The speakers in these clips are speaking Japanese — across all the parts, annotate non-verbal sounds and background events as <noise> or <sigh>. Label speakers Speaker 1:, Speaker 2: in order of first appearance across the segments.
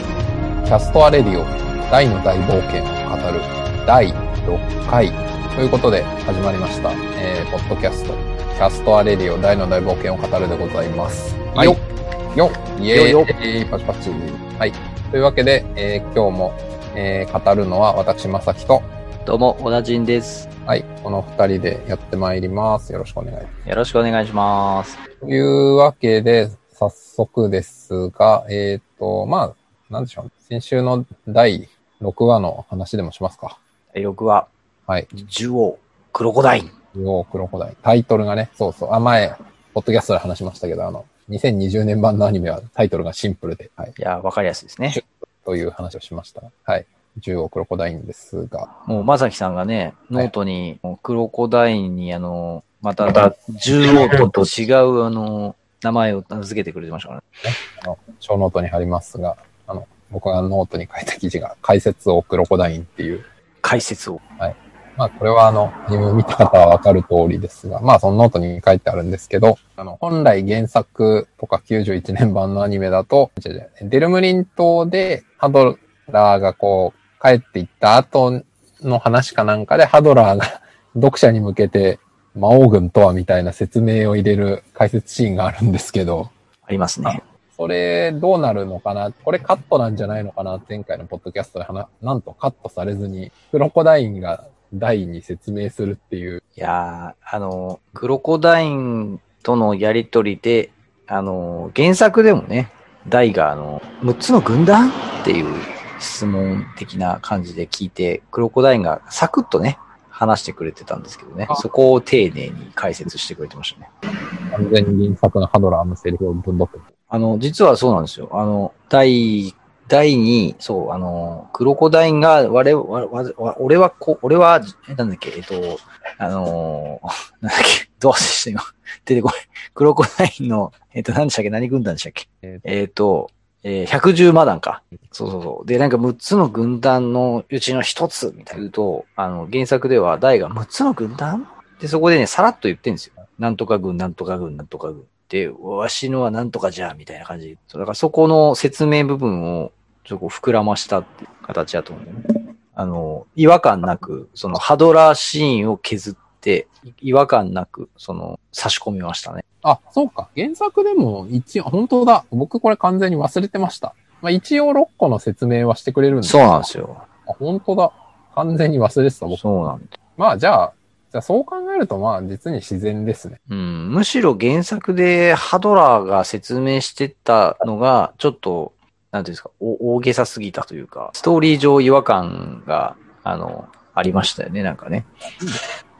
Speaker 1: キャストアレディオ大の大冒険を語る第6回ということで始まりました、えーポッドキャストキャストアレディオ大の大冒険を語るでございます。
Speaker 2: はい
Speaker 1: よっよっイエ
Speaker 2: よっ
Speaker 1: ーイパチパチはい。というわけで、えー今日も、えー語るのは私、まさきと、
Speaker 2: どうも、小田陣です。
Speaker 1: はい、この二人でやってまいります。よろしくお願いします。
Speaker 2: よろしくお願いします。
Speaker 1: というわけで、早速ですが、えっ、と、まあ、なんでしょう。先週の第6話の話でもしますか。
Speaker 2: 第6話、
Speaker 1: はい。
Speaker 2: 獣王、クロコダイン。
Speaker 1: ルオークロコダイ。タイトルがね、そうそう。あ、前、ポッドキャストで話しましたけど、あの、2020年版のアニメはタイトルがシンプルで、はい。
Speaker 2: いやー、わかりやすいですね。
Speaker 1: という話をしました。はい。10億クロコダインですが、
Speaker 2: もう、まさきさんがね、
Speaker 1: はい
Speaker 2: ノートに、クロコダインに、あの、また、獣王と違う、あの、名前を名付けてくれてましたからね。
Speaker 1: あの、小ノートに貼りますが、あの、僕がノートに書いた記事が、解説をクロコダインっていう、
Speaker 2: 解説を。
Speaker 1: まあ、これはあの、自分見た方はわかる通りですが、まあ、そのノートに書いてあるんですけど、あの、本来原作とか91年版のアニメだと、違う違うデルムリン島でハドラーがこう、帰っていった後の話かなんかで、ハドラーが <laughs> 読者に向けて、魔王軍とはみたいな説明を入れる解説シーンがあるんですけど、
Speaker 2: ありますね。
Speaker 1: それどうなるのかなこれカットなんじゃないのかな前回のポッドキャストで話、なんとカットされずに、クロコダインが第に説明するっていう。
Speaker 2: いやー、あの、クロコダインとのやりとりで、あの、原作でもね、ダイが、あの、6つの軍団っていう質問的な感じで聞いて、クロコダインがサクッとね、話してくれてたんですけどね
Speaker 1: あ、
Speaker 2: そこを丁寧に解説してくれてましたね。
Speaker 1: 完全に原作のハドラーのセリフをぶんどって。
Speaker 2: あの、実はそうなんですよ。あの、第、第に、そう、あの、クロコダインが、我々、わわわ俺はこ、俺は、えなんだっけ、えっと、あの <laughs> ー、なんだっけ、どうして今、出てこない。クロコダインの、えっと、何でしたっけ、何軍団でしたっけ。
Speaker 1: え
Speaker 2: えっと、えー、110マダンか。そうそうそう。で、なんか6つの軍団のうちの1つ、みたいな言うと、あの、原作では、ダイが6つの軍団で、そこでね、さらっと言ってんですよ。なんとか軍、なんとか軍、なんとか軍。で、わしのはなんとかじゃ、みたいな感じ。そうだからそこの説明部分を、ちょっとこう膨らましたっていう形だと思うんだよね。あの、違和感なく、そのハドラーシーンを削って、い違和感なく、その、差し込みましたね。
Speaker 1: あ、そうか。原作でも一応、本当だ。僕これ完全に忘れてました。まあ、一応6個の説明はしてくれるんです
Speaker 2: そうなんですよ。
Speaker 1: あ、本当だ。完全に忘れてた、僕。
Speaker 2: そうなんです
Speaker 1: まあ、じゃあ、じゃあそう考えると、まあ、実に自然ですね。
Speaker 2: うん、むしろ原作でハドラーが説明してたのが、ちょっと、なんていうんですか、お大げさすぎたというか、ストーリー上違和感が、あの、ありましたよね、なんかね。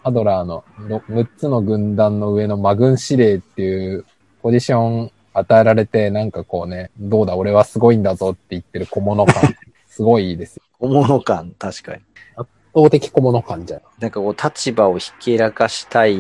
Speaker 1: ハドラーのろ6つの軍団の上の魔軍司令っていうポジション与えられて、なんかこうね、どうだ、俺はすごいんだぞって言ってる小物 <laughs> 感。すごいですよ。
Speaker 2: 小物感、確かに。
Speaker 1: 圧倒的小物感じゃん。
Speaker 2: なんかこう、立場をひけらかしたい、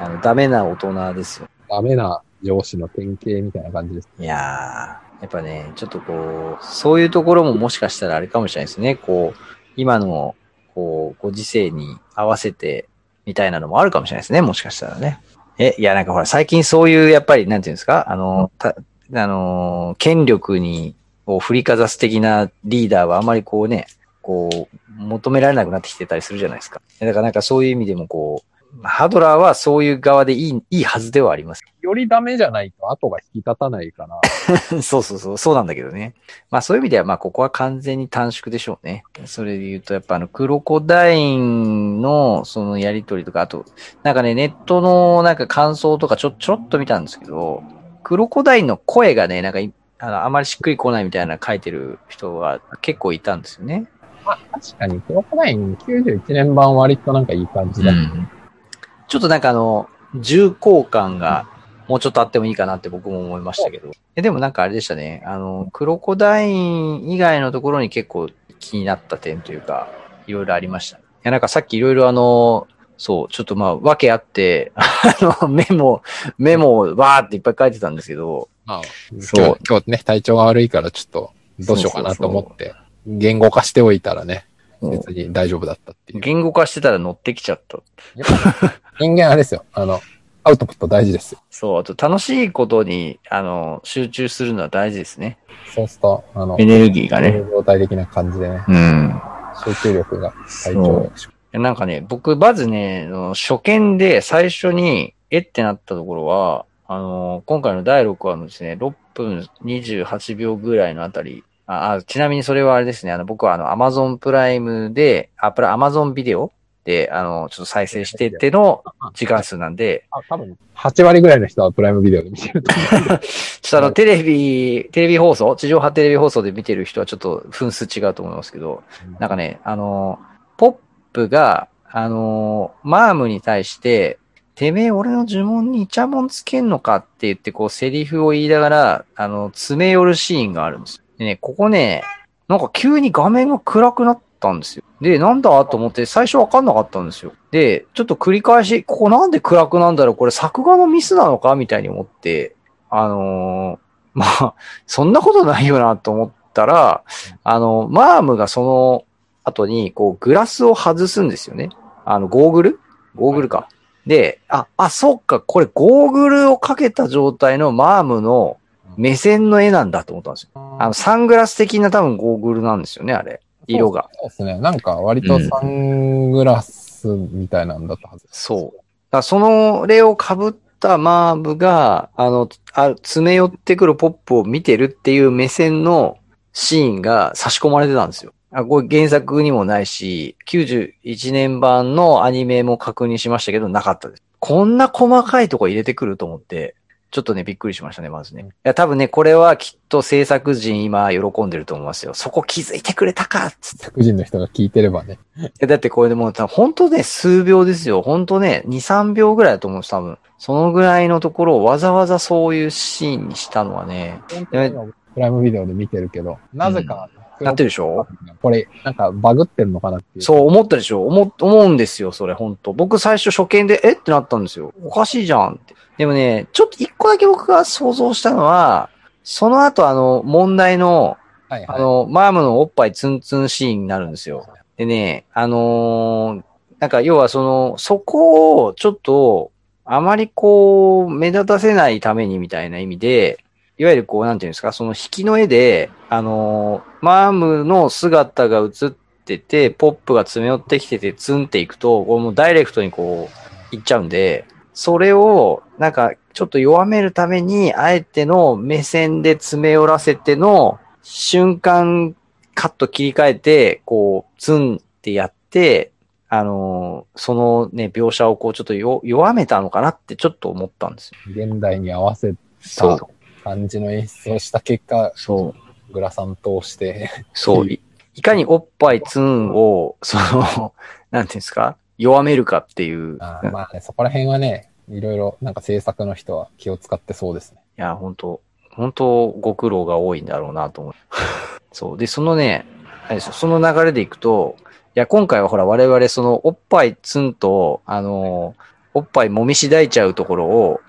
Speaker 2: あの、ダメな大人ですよ。
Speaker 1: ダメな上司の典型みたいな感じです。
Speaker 2: いやー、やっぱね、ちょっとこう、そういうところももしかしたらあれかもしれないですね。こう、今の、こう、ご時世に合わせて、みたいなのもあるかもしれないですね。もしかしたらね。え、いや、なんかほら、最近そういう、やっぱり、なんていうんですか、あの、た、あの、権力に、を振りかざす的なリーダーはあまりこうね、こう、求められなくなってきてたりするじゃないですか。だからなんかそういう意味でもこう、ハドラーはそういう側でいい、いいはずではあります。
Speaker 1: よりダメじゃないと後が引き立たないから、
Speaker 2: そうそうそう、そうなんだけどね。まあそういう意味では、まあここは完全に短縮でしょうね。それで言うと、やっぱあの、クロコダインのそのやりとりとか、あと、なんかね、ネットのなんか感想とかちょ、ちょろっと見たんですけど、クロコダインの声がね、なんかいあの、あまりしっくりこないみたいな書いてる人が結構いたんですよね。
Speaker 1: 確かにクロコダイン91年版割となんかいい感じだ。
Speaker 2: ちょっとなんかあの、重厚感がもうちょっとあってもいいかなって僕も思いましたけど。えでもなんかあれでしたね。あの、クロコダイン以外のところに結構気になった点というか、いろいろありました。いや、なんかさっきいろいろあの、そう、ちょっとまあ、わけあって、 <laughs> あの、メモ、メモをわーっていっぱい書いてたんですけど、
Speaker 1: まあ、
Speaker 2: そう
Speaker 1: 今日今日ね、体調が悪いからちょっとどうしようかなと思って、言語化しておいたらね、別に大丈夫だったっていう。
Speaker 2: 言語化してたら乗ってきちゃった。
Speaker 1: 人間あれですよ。あの、アウトプット大事ですよ。
Speaker 2: そう、あと楽しいことに、あの、集中するのは大事ですね。
Speaker 1: そうすると、あの、
Speaker 2: エネルギーがね。
Speaker 1: 状態的な感じでね、
Speaker 2: うん。
Speaker 1: 集中力が最
Speaker 2: そ
Speaker 1: 長
Speaker 2: う
Speaker 1: でしょ
Speaker 2: なんかね、僕、まずね、あの初見で最初に、えってなったところは、あの、今回の第6話のですね、6分28秒ぐらいのあたり、ああちなみにそれはあれですね、あの、僕はあの、Amazon プライムで、あ、プラ、Amazon ビデオで、あの、ちょっと再生してっての時間数なんで、
Speaker 1: あ、多分、8割ぐらいの人はプライムビデオで見てると思
Speaker 2: ちょっとあの、テレビ、テレビ放送、地上波テレビ放送で見てる人はちょっと分数違うと思いますけど、
Speaker 1: う。
Speaker 2: なんかね、あの、ポップが、あの、マームに対して、てめえ俺の呪文にイチャモンつけんのかって言って、こう、セリフを言いながら、あの、詰め寄るシーンがあるんですよ。でね、ここね、なんか急に画面が暗くなったんですよ。で、なんだと思って、最初わかんなかったんですよ。で、ちょっと繰り返し、ここなんで暗くなんだろうこれ作画のミスなのかみたいに思って、あの <laughs> ーまあ、そんなことないよなと思ったら、あの、マームがその後に、こう、グラスを外すんですよね。あの、ゴーグルゴーグルか。で、あ、あ、そっか、これゴーグルをかけた状態のマームの目線の絵なんだと思ったんですよ。あの、サングラス的な多分ゴーグルなんですよね、あれ。色が。
Speaker 1: そうですね。なんか割とサングラスみたいなんだったはず。
Speaker 2: そう。だからその例を被ったマーブが、あの、あ詰め寄ってくるポップを見てるっていう目線のシーンが差し込まれてたんですよ。あこれ原作にもないし、91年版のアニメも確認しましたけど、なかったです。こんな細かいとこ入れてくると思って、ちょっとね、びっくりしましたね、まずね。いや、多分ね、これはきっと制作陣今喜んでると思いますよ。そこ気づいてくれたかっつって。
Speaker 1: 白人の人が聞いてればね。
Speaker 2: いやだってこれでもう、本当ね、数秒ですよ。本当ね、2、3秒ぐらいだと思うんです、多分。そのぐらいのところをわざわざそういうシーンにしたのはね、え
Speaker 1: プライムビデオで見てるけど、なぜか、
Speaker 2: なってるでしょ
Speaker 1: これ、なんかバグってるのかなっていう。
Speaker 2: そう思ったでしょ思、思うんですよ、それ、本当僕最初初見で、えってなったんですよ。おかしいじゃんって。でもね、ちょっと一個だけ僕が想像したのは、その後あの、問題の、
Speaker 1: はいはい。
Speaker 2: あの、マームのおっぱいツンツンシーンになるんですよ。でね、あのーなんか要はその、そこをちょっと、あまりこう、目立たせないためにみたいな意味で、いわゆるこう、なんていうんですか、その引きの絵で、あのーマームの姿が映ってて、ポップが詰め寄ってきてて、ツンっていくと、こうもうダイレクトにこう、いっちゃうんで、それを、なんか、ちょっと弱めるために、あえての目線で詰め寄らせての、瞬間、カット切り替えて、こう、ツンってやって、あのーそのね、描写をこう、ちょっとよ弱めたのかなってちょっと思ったんですよ。
Speaker 1: 現代に合わせ
Speaker 2: そ
Speaker 1: た
Speaker 2: う。
Speaker 1: 感じの演出をした結果、
Speaker 2: そう。
Speaker 1: グラサン通して、
Speaker 2: そう。いいかにおっぱいツンを、その、 <laughs> なんていうんですか弱めるかっていう。
Speaker 1: あーまあね、そこら辺はね、いろいろなんか制作の人は気を使ってそうですね。
Speaker 2: いや、本当本当ご苦労が多いんだろうなと思う。そう。で、そのね、あれですよその流れでいくと、いや、今回はほら、我々、その、おっぱいツンと、あのー、おっぱいもみしだいちゃうところを、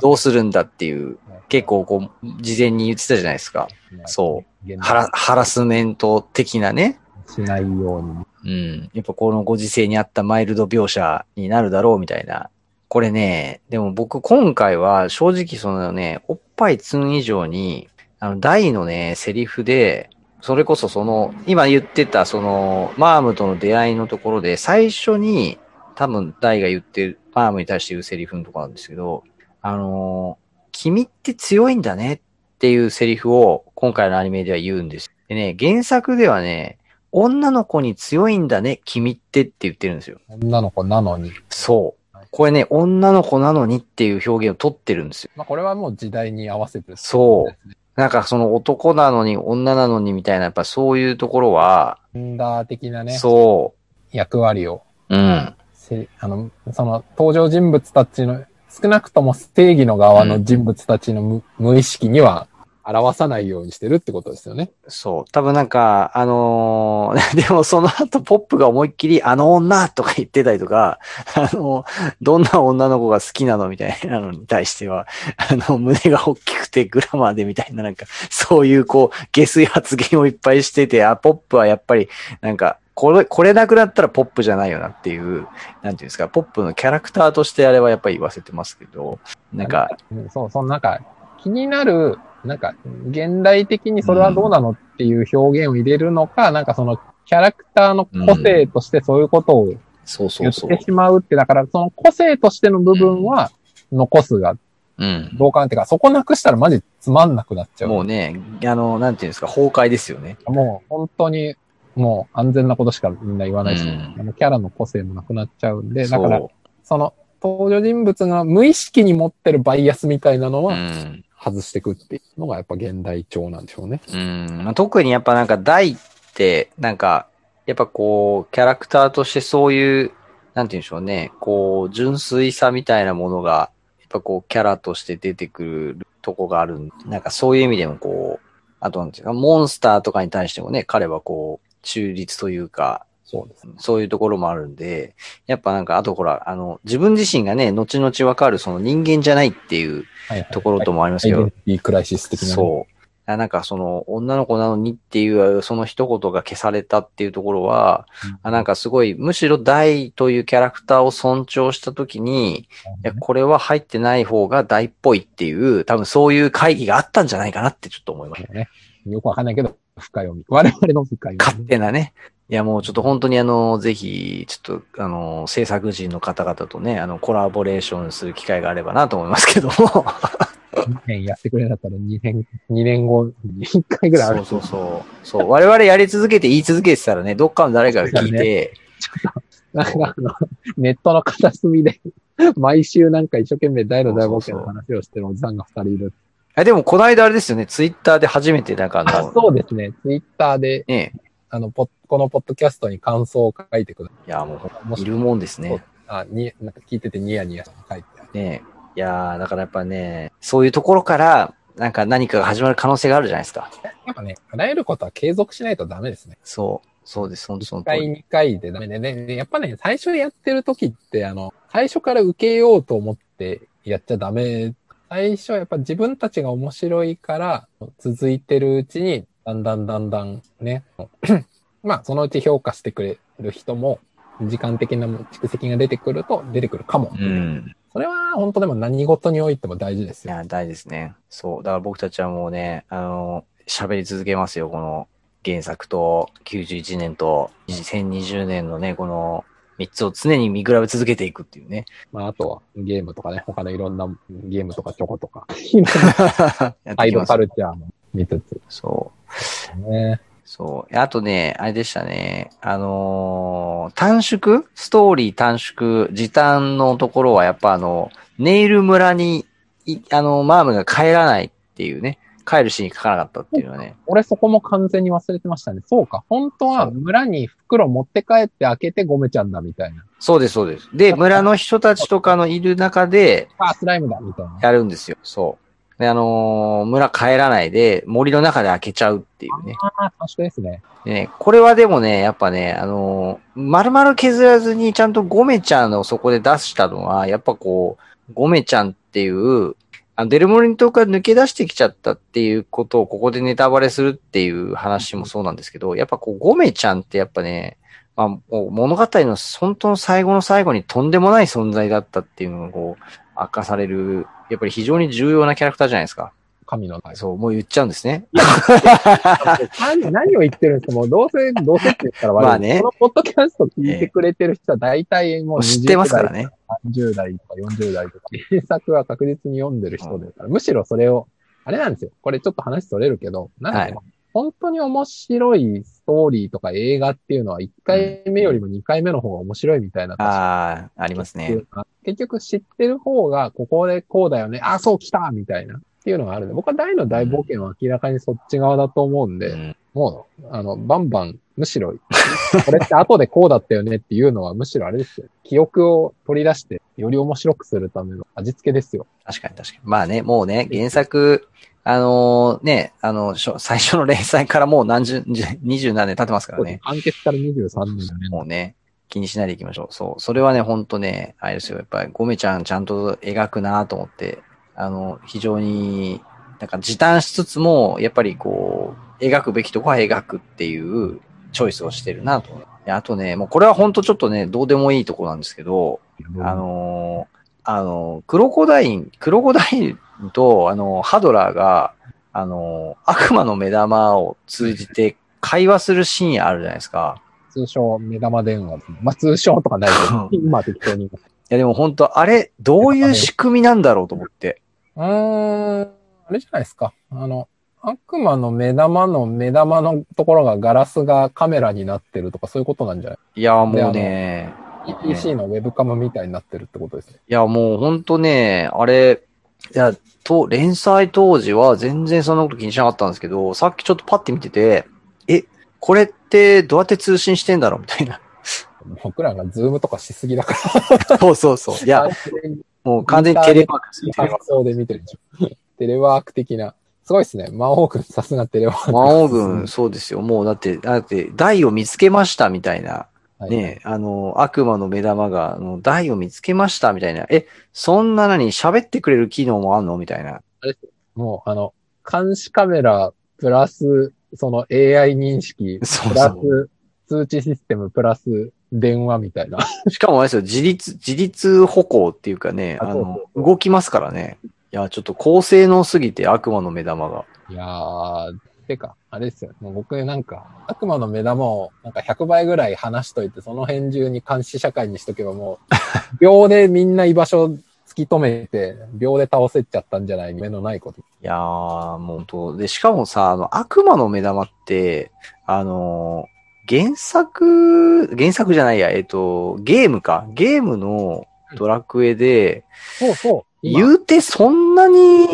Speaker 2: どうするんだっていう、結構こう、事前に言ってたじゃないですか。
Speaker 1: ね。
Speaker 2: そう
Speaker 1: 現
Speaker 2: ハラ、ハラスメント的なね。
Speaker 1: しないように。
Speaker 2: うん。やっぱこのご時世に合ったマイルド描写になるだろうみたいな。これね、でも僕今回は正直そのね、おっぱいツン以上に、あの、大のね、セリフで、それこそその、今言ってたその、マームとの出会いのところで、最初に、多分大が言ってる、マームに対して言うセリフのとこなんですけど、あのー君って強いんだねっていうセリフを今回のアニメでは言うんです。でね、原作ではね、女の子に強いんだね、君ってって言ってるんですよ。
Speaker 1: 女の子なのに。
Speaker 2: そう。これね、女の子なのにっていう表現を取ってるんですよ。
Speaker 1: まあこれはもう時代に合わせて。
Speaker 2: そうなんかその男なのに女なのにみたいな、やっぱそういうところは、
Speaker 1: ジェンダー的なね、
Speaker 2: そ
Speaker 1: 役割を。
Speaker 2: う。うん。
Speaker 1: せあの、その登場人物たちの、少なくとも正義の側の人物たちの無,、無意識には表さないようにしてるってことですよね。
Speaker 2: そう。多分なんか、あのー <laughs> でもその後ポップが思いっきりあの女とか言ってたりとか、あのどんな女の子が好きなのみたいなのに対しては、あの、胸が大きくてグラマーでみたいななんか、そういうこう、下水発言をいっぱいしてて、あ、ポップはやっぱりなんか、これ、これなくなったらポップじゃないよなっていう、なんていうんですか、ポップのキャラクターとしてあれはやっぱり言わせてますけど、なんか、
Speaker 1: うんそう、そのなんか、気になる、なんか、現代的にそれはどうなのっていう表現を入れるのか、なんかその、キャラクターの個性としてそういうことを
Speaker 2: そうそ
Speaker 1: 言
Speaker 2: う
Speaker 1: っ
Speaker 2: そう。
Speaker 1: てしまうって、だから、その個性としての部分は残すが、
Speaker 2: うん。
Speaker 1: どうかなっていうか、そこなくしたらマジつまんなくなっちゃう。
Speaker 2: もうね、あの、なんていうんですか、崩壊ですよね。
Speaker 1: もう本当に、もう安全なことしかみんな言わないし、
Speaker 2: うん
Speaker 1: あのキャラの個性もなくなっちゃうんで、だ
Speaker 2: そう
Speaker 1: から、その登場人物が無意識に持ってるバイアスみたいなの
Speaker 2: う
Speaker 1: は
Speaker 2: ん。
Speaker 1: 外していくっていうのがやっぱ現代調なんでしょうね。
Speaker 2: うんまあ、特にやっぱなんか大って、なんか、やっぱこう、キャラクターとしてそういう、なんて言うんでしょうね、こう、純粋さみたいなものが、やっぱこう、キャラとして出てくるとこがあるんで。なんかそういう意味でもこう、あとなんていうか、モンスターとかに対してもね、彼はこう、中立というか、
Speaker 1: そうです。
Speaker 2: そういうところもあるんで、やっぱなんか、あとほら、あの、自分自身がね、後々わかる、その人間じゃないっていう
Speaker 1: はい、はい。
Speaker 2: ところともあります
Speaker 1: アイ
Speaker 2: け
Speaker 1: デ
Speaker 2: ど、
Speaker 1: ンティティクライシス的なね。
Speaker 2: そう。あなんかその、女の子なのにっていう、その一言が消されたっていうところは、
Speaker 1: うん
Speaker 2: あなんかすごい、むしろ大というキャラクターを尊重したときに、いや、これは入ってない方が大っぽいっていう、多分そういう会議があったんじゃないかなってちょっと思いました。
Speaker 1: ね。よくわかんないけど、深読み。我々の深読み。
Speaker 2: 勝手なね。いや、もうちょっと本当にあの、ぜひ、ちょっと、あの、制作人の方々とね、あの、コラボレーションする機会があればなと思いますけども。
Speaker 1: 2年やってくれなかったら2年、二年後に1回ぐらいある。
Speaker 2: そうそうそう。そう。我々やり続けて言い続けてたらね、どっかの誰かが聞いて、
Speaker 1: なんかあの、ネットの片隅で、毎週なんか一生懸命大の大冒険の話をしてるおじさんが2人いる。
Speaker 2: あでもこの間あれですよね、ツイッターで初めてなんかあ
Speaker 1: あ
Speaker 2: の、
Speaker 1: そうですね。ツイッターで、
Speaker 2: ね
Speaker 1: あの、ポッこのポッドキャストに感想を書いてくだ
Speaker 2: いや、もう、
Speaker 1: さい。も
Speaker 2: い
Speaker 1: し、
Speaker 2: るもんですね。
Speaker 1: あ、に、なんか聞いててニヤニヤ書いてある。
Speaker 2: ねいやーだからやっぱね、そういうところから、なんか何かが始まる可能性があるじゃないですか。
Speaker 1: やっぱね、あらゆることは継続しないとダメですね。
Speaker 2: そう。そうです、本当その
Speaker 1: 一
Speaker 2: 通
Speaker 1: 回、
Speaker 2: り。
Speaker 1: 二回でダメでね。でやっぱね、最初やってる時って、あの、最初から受けようと思ってやっちゃダメ。最初はやっぱ自分たちが面白いから、続いてるうちに、だんだんだんだんね、 <coughs> まあ、そのうち評価してくれる人も、時間的な蓄積が出てくると出てくるかも。
Speaker 2: うん。
Speaker 1: それは本当でも何事においても大事です
Speaker 2: い
Speaker 1: よ。
Speaker 2: や、大事ですね。そう。だから僕たちはもうね、あの、喋り続けますよ、この原作と91年と2020年のね、この3つを常に見比べ続けていくっていう
Speaker 1: <laughs>
Speaker 2: ね。
Speaker 1: まあ、あとはゲームとかね、他のいろんなゲームとかチョコとか、 <laughs> アイド
Speaker 2: やってき
Speaker 1: ル
Speaker 2: ます
Speaker 1: カルチャーも見つつ
Speaker 2: そう。
Speaker 1: ね。
Speaker 2: そう。あとね、あれでしたね。あのー短縮ストーリー短縮、時短のところはやっぱあの、ネイル村に、いあの、マームが帰らないっていうね、帰るシーン書かなかったっていうのはね。
Speaker 1: 俺そこも完全に忘れてましたね。そうか。本当は村に袋持って帰って開けてゴメちゃんだみたいな。
Speaker 2: そうです、そうです。で、村の人たちとかのいる中で
Speaker 1: あ、スライムだみたいな。
Speaker 2: やるんですよ。そう。で、あのー村帰らないで、森の中で開けちゃうっていうね。
Speaker 1: ああ、確かですね。
Speaker 2: でね、これはでもね、やっぱね、あのー、丸々削らずにちゃんとゴメちゃんをそこで出したのは、やっぱこう、ゴメちゃんっていう、あのデルモリン島から抜け出してきちゃったっていうことをここでネタバレするっていう話もそうなんですけど、やっぱこう、ゴメちゃんってやっぱね、まあ、もう物語の本当の最後の最後にとんでもない存在だったっていうのをこう、明かされる、やっぱり非常に重要なキャラクターじゃないですか。
Speaker 1: 神の台。
Speaker 2: そう、もう言っちゃうんですね。
Speaker 1: 何何を言ってるんですかもうどうせ、どうせって言ったら悪い。
Speaker 2: まあね
Speaker 1: このポッドキャスト聞いてくれてる人は大体もう
Speaker 2: 知ってますから
Speaker 1: ね。
Speaker 2: ね。
Speaker 1: 30代とか40代とか、原作は確実に読んでる人ですから、むしろそれを、あれなんですよ。これちょっと話それるけど、なんかね、本当に面白いストーリーとか映画っていうのは1回目よりも2回目の方が面白いみたいな。
Speaker 2: ああ、ありますね。
Speaker 1: 結局知ってる方が、ここでこうだよね。あ、そう来たみたいな。っていうのがあるんで、僕は大の大冒険は明らかにそっち側だと思うんで、
Speaker 2: うん
Speaker 1: もう、あの、バンバン、むしろ、これって後でこうだったよねっていうのは、むしろあれですよ。記憶を取り出して、より面白くするための味付けですよ。
Speaker 2: 確かに確かに。まあね、もうね、原作、あのーね、あの、しょ最初の連載からもう何十、二十何年経ってますからね。
Speaker 1: 完結から23年だね。
Speaker 2: もうね、気にしないでいきましょう。そう。それはね、ほんとね、あれですよ。やっぱり、ゴメちゃんちゃんと描くなと思って、あの、非常に、なんか時短しつつも、やっぱりこう、描くべきとこは描くっていうチョイスをしてるなと。やあとね、もうこれは本当ちょっとね、どうでもいいとこなんですけど、あ
Speaker 1: うん
Speaker 2: のーあのークロコダイン、クロコダインと、あのーハドラーが、あのー悪魔の目玉を通じて会話するシーンあるじゃないですか。
Speaker 1: 通称、目玉電話。まあ、通称とかないけど、今適当に。う
Speaker 2: いやでも本当あれ、どういう仕組みなんだろうと思って。
Speaker 1: ーん、あれじゃないですか。あの、悪魔の目玉の目玉のところがガラスがカメラになってるとかそういうことなんじゃない
Speaker 2: いや、もうね、
Speaker 1: ?EPC のウェブカムみたいになってるってことですね。
Speaker 2: いや、もう本当ね、あれ、いや、と、連載当時は全然そんなこと気にしなかったんですけど、さっきちょっとパッて見てて、え、これってどうやって通信してんだろうみたいな。 <laughs>
Speaker 1: 僕らがズームとかしすぎだから。
Speaker 2: そうそうそう。いや、もう完全にテレワークですよテレワー
Speaker 1: 発想で見てるじゃん。テレワーク的な。すごいですね。魔王軍、さすがテレワー
Speaker 2: ク。
Speaker 1: ク。
Speaker 2: 魔王軍、そうですよ。もうだって、だって、台を見つけましたみたいな。
Speaker 1: はい
Speaker 2: ねあの、悪魔の目玉が、あの台を見つけましたみたいな。え、そんなのに喋ってくれる機能もあんのみたいな。
Speaker 1: もう、あの、監視カメラ、プラス、その AI 認識、
Speaker 2: そ
Speaker 1: プ
Speaker 2: う
Speaker 1: ラス、
Speaker 2: そ
Speaker 1: 通知システム、プラス、電話みたいな。
Speaker 2: う。しかもあれですよ、自立、自立歩行っていうかね、あ
Speaker 1: あそう
Speaker 2: の、動きますからね。いや、ちょっと高性能すぎて悪魔の目玉が。
Speaker 1: いやー、てか、あれですよ。もう僕なんか、悪魔の目玉を、なんか100倍ぐらい話しといて、その辺中に監視社会にしとけばもう、
Speaker 2: <laughs>
Speaker 1: 秒でみんな居場所突き止めて、秒で倒せちゃったんじゃない目のないこと。
Speaker 2: いやー、もう本当で、しかもさ、あの、悪魔の目玉って、あのー原作、原作じゃないや、えっと、ゲームか。ゲームのドラクエで、
Speaker 1: そうそう。今
Speaker 2: 言うてそんなに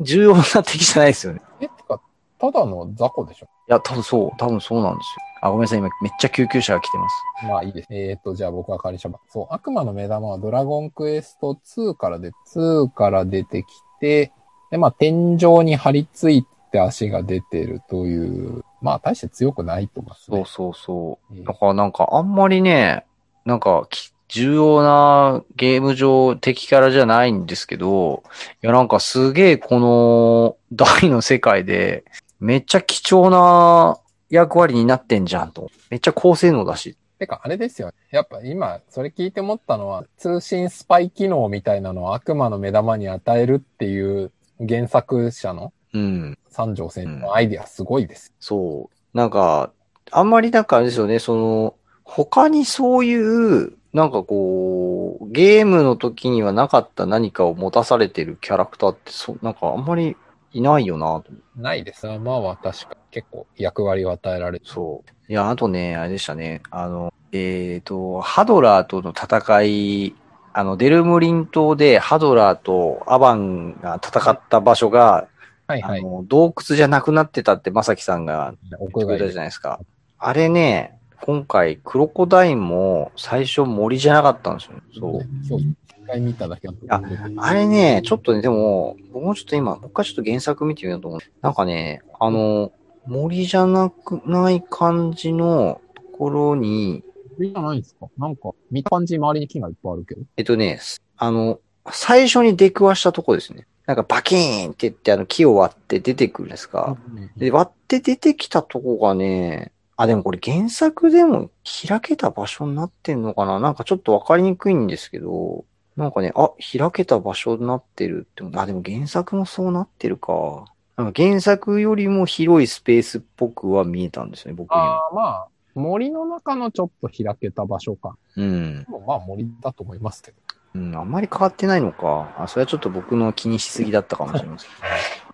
Speaker 2: 重要な敵じゃないですよね。
Speaker 1: え、てか、ただの雑魚でしょ
Speaker 2: いや、多分そう、多分そうなんですよ。あ、ごめんなさい、今めっちゃ救急車が来てます。
Speaker 1: まあいいです。えっ、と、じゃあ僕は仮にばそう、悪魔の目玉はドラゴンクエスト2からで、2から出てきて、で、まあ天井に張り付いて足が出てるという、まあ大して強くないと思います、
Speaker 2: そう
Speaker 1: ね。
Speaker 2: そうそう。
Speaker 1: えー
Speaker 2: だからなんかあんまりね、なんかき重要なゲーム上敵キャラじゃないんですけど、いやなんかすげえこの大の世界でめっちゃ貴重な役割になってんじゃんと。めっちゃ高性能だし。
Speaker 1: てか、あれですよね。やっぱ今、それ聞いて思ったのは、通信スパイ機能みたいなのを悪魔の目玉に与えるっていう原作者の
Speaker 2: うん。
Speaker 1: 三条先生のアイディアすごいです。
Speaker 2: そう。なんか、あんまりなんかあれですよね、その、他にそういう、なんかこう、ゲームの時にはなかった何かを持たされてるキャラクターって、そなんかあんまりいないよなと。
Speaker 1: ないです。まあは確か結構役割を与えられて
Speaker 2: そう。いや、あとね、あれでしたね、あの、えっ、と、ハドラーとの戦い、あの、デルムリン島でハドラーとアバンが戦った場所が、
Speaker 1: はいは
Speaker 2: あ
Speaker 1: い。
Speaker 2: の洞窟じゃなくなってたって、まさきさんが
Speaker 1: 屋
Speaker 2: 言って
Speaker 1: 外
Speaker 2: くれた
Speaker 1: で
Speaker 2: じゃないですか。あれね、今回、クロコダインも最初森じゃなかったんですよね。そ
Speaker 1: そう今
Speaker 2: う。。
Speaker 1: 日一回見ただけなんだけど
Speaker 2: あれね、ちょっとね、でも、僕もちょっと今、もう一回ちょっと原作見てみようと思う。なんかね、あの、森じゃなくない感じのところに、
Speaker 1: じゃないですか。なんか、見た感じ周りに木がいっぱいあるけど。
Speaker 2: えっとね、あの、最初に出くわしたとこですね。なんかバキーンって言って、あの、木を割って出てくるんですか。で、割って出てきたとこがね、あ、でもこれ原作でも開けた場所になってんのかななんかちょっとわかりにくいんですけど、なんかね、あ、開けた場所になってるって、あ、でも原作もそうなってるか。なんか原作よりも広いスペースっぽくは見えたんですよね、僕には。
Speaker 1: ああ、まあ、森の中のちょっと開けた場所か。
Speaker 2: うん
Speaker 1: で。もまあ森だと思いますけど。
Speaker 2: うん、あんまり変わってないのか。あ、それはちょっと僕の気にしすぎだったかもしれません。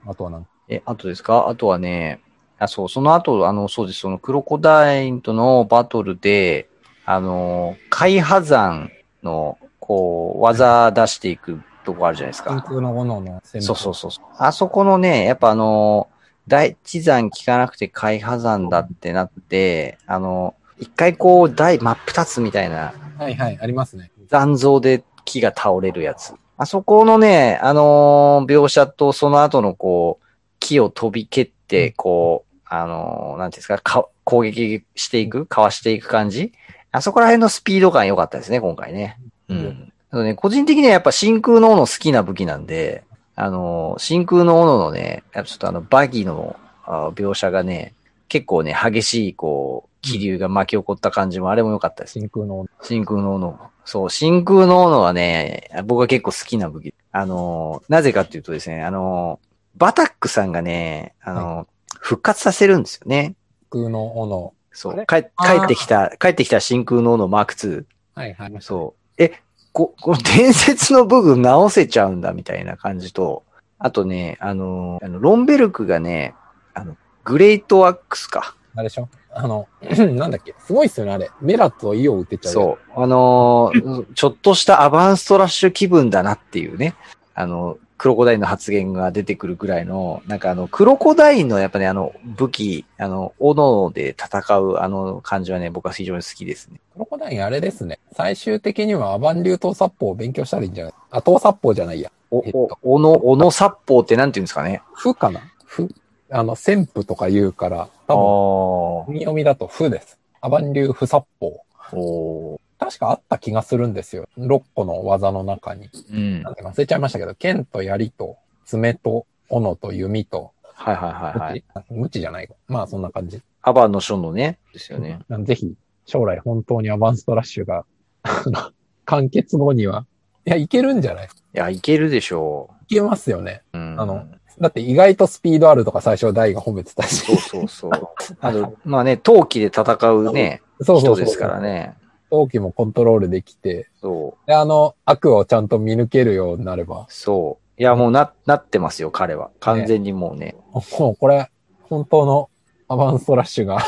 Speaker 1: あとはなんか、
Speaker 2: え、あとですかあとはね、あ、そう、その後、あの、そうです、そのクロコダインとのバトルで、あの、海破山の、こう、技出していくとこあるじゃないです
Speaker 1: 真
Speaker 2: か。
Speaker 1: 空の炎の戦
Speaker 2: そうそうそうそう。あそこのね、やっぱあの、大地山聞かなくて海破山だってなって、あの、一回こう、大、真っ二つみたいな
Speaker 1: はいはい、ありますね。
Speaker 2: 残像で木が倒れるやつ。あそこのね、あのー描写とその後のこう、木を飛び蹴って、こう、あのーなんていうんですかか、攻撃していく、かわしていく感じあそこら辺のスピード感良かったですね、今回ね。うん。あとね、個人的にはやっぱ真空の斧好きな武器なんで、あのー真空の斧のね、やっぱちょっとあの、バギーのあー描写がね、結構ね、激しい、こう、気流が巻き起こった感じも、あれも良かったです。
Speaker 1: 真空の、
Speaker 2: 真空の斧。そう、真空の斧はね、僕は結構好きな武器。あのー、なぜかっていうとですね、あのー、バタックさんがね、あのー、復活させるんですよね。
Speaker 1: 真空の斧。
Speaker 2: そ
Speaker 1: あ
Speaker 2: う
Speaker 1: れ。
Speaker 2: 帰帰
Speaker 1: あー
Speaker 2: ってきた、帰ってきた真空の斧マーク2。
Speaker 1: はいはい。
Speaker 2: そう。え、こ、この伝説の部分直せちゃうんだみたいな感じと、あとね、あのー、あのロンベルクがね、あの、グレートアックスか。
Speaker 1: あれでしょあの、 <clears throat> なんだっけすごいっすよね、あれ。メラとイオを打てちゃう。
Speaker 2: そう。あの
Speaker 1: <laughs>
Speaker 2: ーちょっとしたアバンストラッシュ気分だなっていうね。あの、クロコダインの発言が出てくるぐらいの、なんかあの、クロコダインのやっぱね、あの、武器、あの、斧で戦うあの感じはね、僕は非常に好きですね。
Speaker 1: クロコダインあれですね。最終的にはアバン流刀殺法を勉強したらいいんじゃないあ、刀殺法じゃないや。
Speaker 2: お、
Speaker 1: えっと
Speaker 2: お、斧、斧殺法ってなんて言うんですかね。
Speaker 1: ふかなふ。あの、旋風とか言うから、
Speaker 2: ああー。
Speaker 1: 多分、読みだとふです。アバン流不殺法。
Speaker 2: おー
Speaker 1: 確かあった気がするんですよ。6個の技の中に。
Speaker 2: うん。
Speaker 1: な
Speaker 2: はい
Speaker 1: んか忘れちゃいましたけど、剣と槍と爪と斧と弓と、
Speaker 2: はいはいはい。
Speaker 1: 無知無知じゃないか。まあそんな感じ。
Speaker 2: アバンの書のね、ですよね。
Speaker 1: うんぜひ、将来本当にアバンストラッシュが、あの完結後には、いや、いけるんじゃない
Speaker 2: いや、いけるでしょ
Speaker 1: いけますよね。
Speaker 2: う。うん。
Speaker 1: あの、だって意外とスピードあるとか最初大が褒めてたし。
Speaker 2: そうそう
Speaker 1: <laughs>
Speaker 2: そう。あと、まあね、陶器で戦うね、
Speaker 1: そうそうそう。
Speaker 2: 人ですから。ね。
Speaker 1: 陶器もコントロールできて、
Speaker 2: そう、
Speaker 1: で、あの、悪をちゃんと見抜けるようになれば、
Speaker 2: そう。いや、もうな、なってますよ、彼は。完全にもうね。
Speaker 1: もうこれ、本当のアバンストラッシュが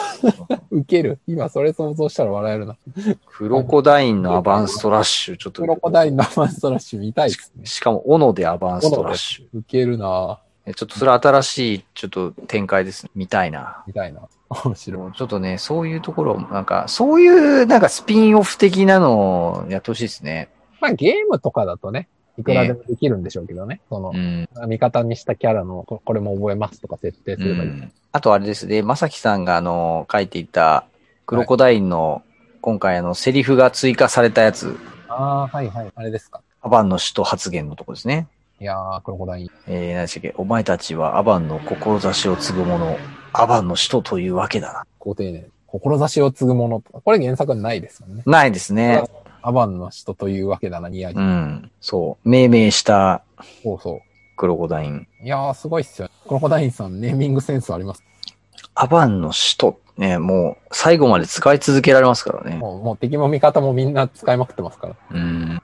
Speaker 1: 受ける。今それ想像したら笑えるな。
Speaker 2: クロコダインのアバンストラッシュ、ちょっと。
Speaker 1: クロコダインのアバンストラッシュ見たいですね。
Speaker 2: しかも、斧でアバンストラッシュ
Speaker 1: 受けるなぁ。
Speaker 2: え。ちょっとそれ新しい、ちょっと展開ですね。みたいな。
Speaker 1: みたいな。面白い。
Speaker 2: もうちょっとね、そういうところも、なんか、そういう、なんかスピンオフ的なのをやってほしいですね。
Speaker 1: まあゲームとかだとね、いくらでもできるんでしょうけどね。その
Speaker 2: う、ん。
Speaker 1: 味方にしたキャラのここれも覚えますとか設定す
Speaker 2: う
Speaker 1: ればいい。
Speaker 2: ん、あとあれですね、まさきさんがあの、書いていた、クロコダインの、今回あの、セリフが追加されたやつ、
Speaker 1: ああ、はいはい。あれですか。
Speaker 2: アバンの首都発言のとこですね。
Speaker 1: いやー、クロコダイン。
Speaker 2: えー、何でしたっけお前たちはアバンの志を継ぐ者、アバンの使徒というわけだな。
Speaker 1: ご丁寧。志を継ぐものとか。これ原作にないですよね。
Speaker 2: ないですね。
Speaker 1: アバンの人というわけだな、ニヤリ
Speaker 2: う。ん。そう。命名した
Speaker 1: そうそ
Speaker 2: クロコダイン。
Speaker 1: う。いやー、すごいっすよ。クロコダインさん、ネーミングセンスあります。
Speaker 2: アバンの使徒。ね、もう、最後まで使い続けられますからね。
Speaker 1: もう、もう敵も味方もみんな使いまくってますから。
Speaker 2: うん。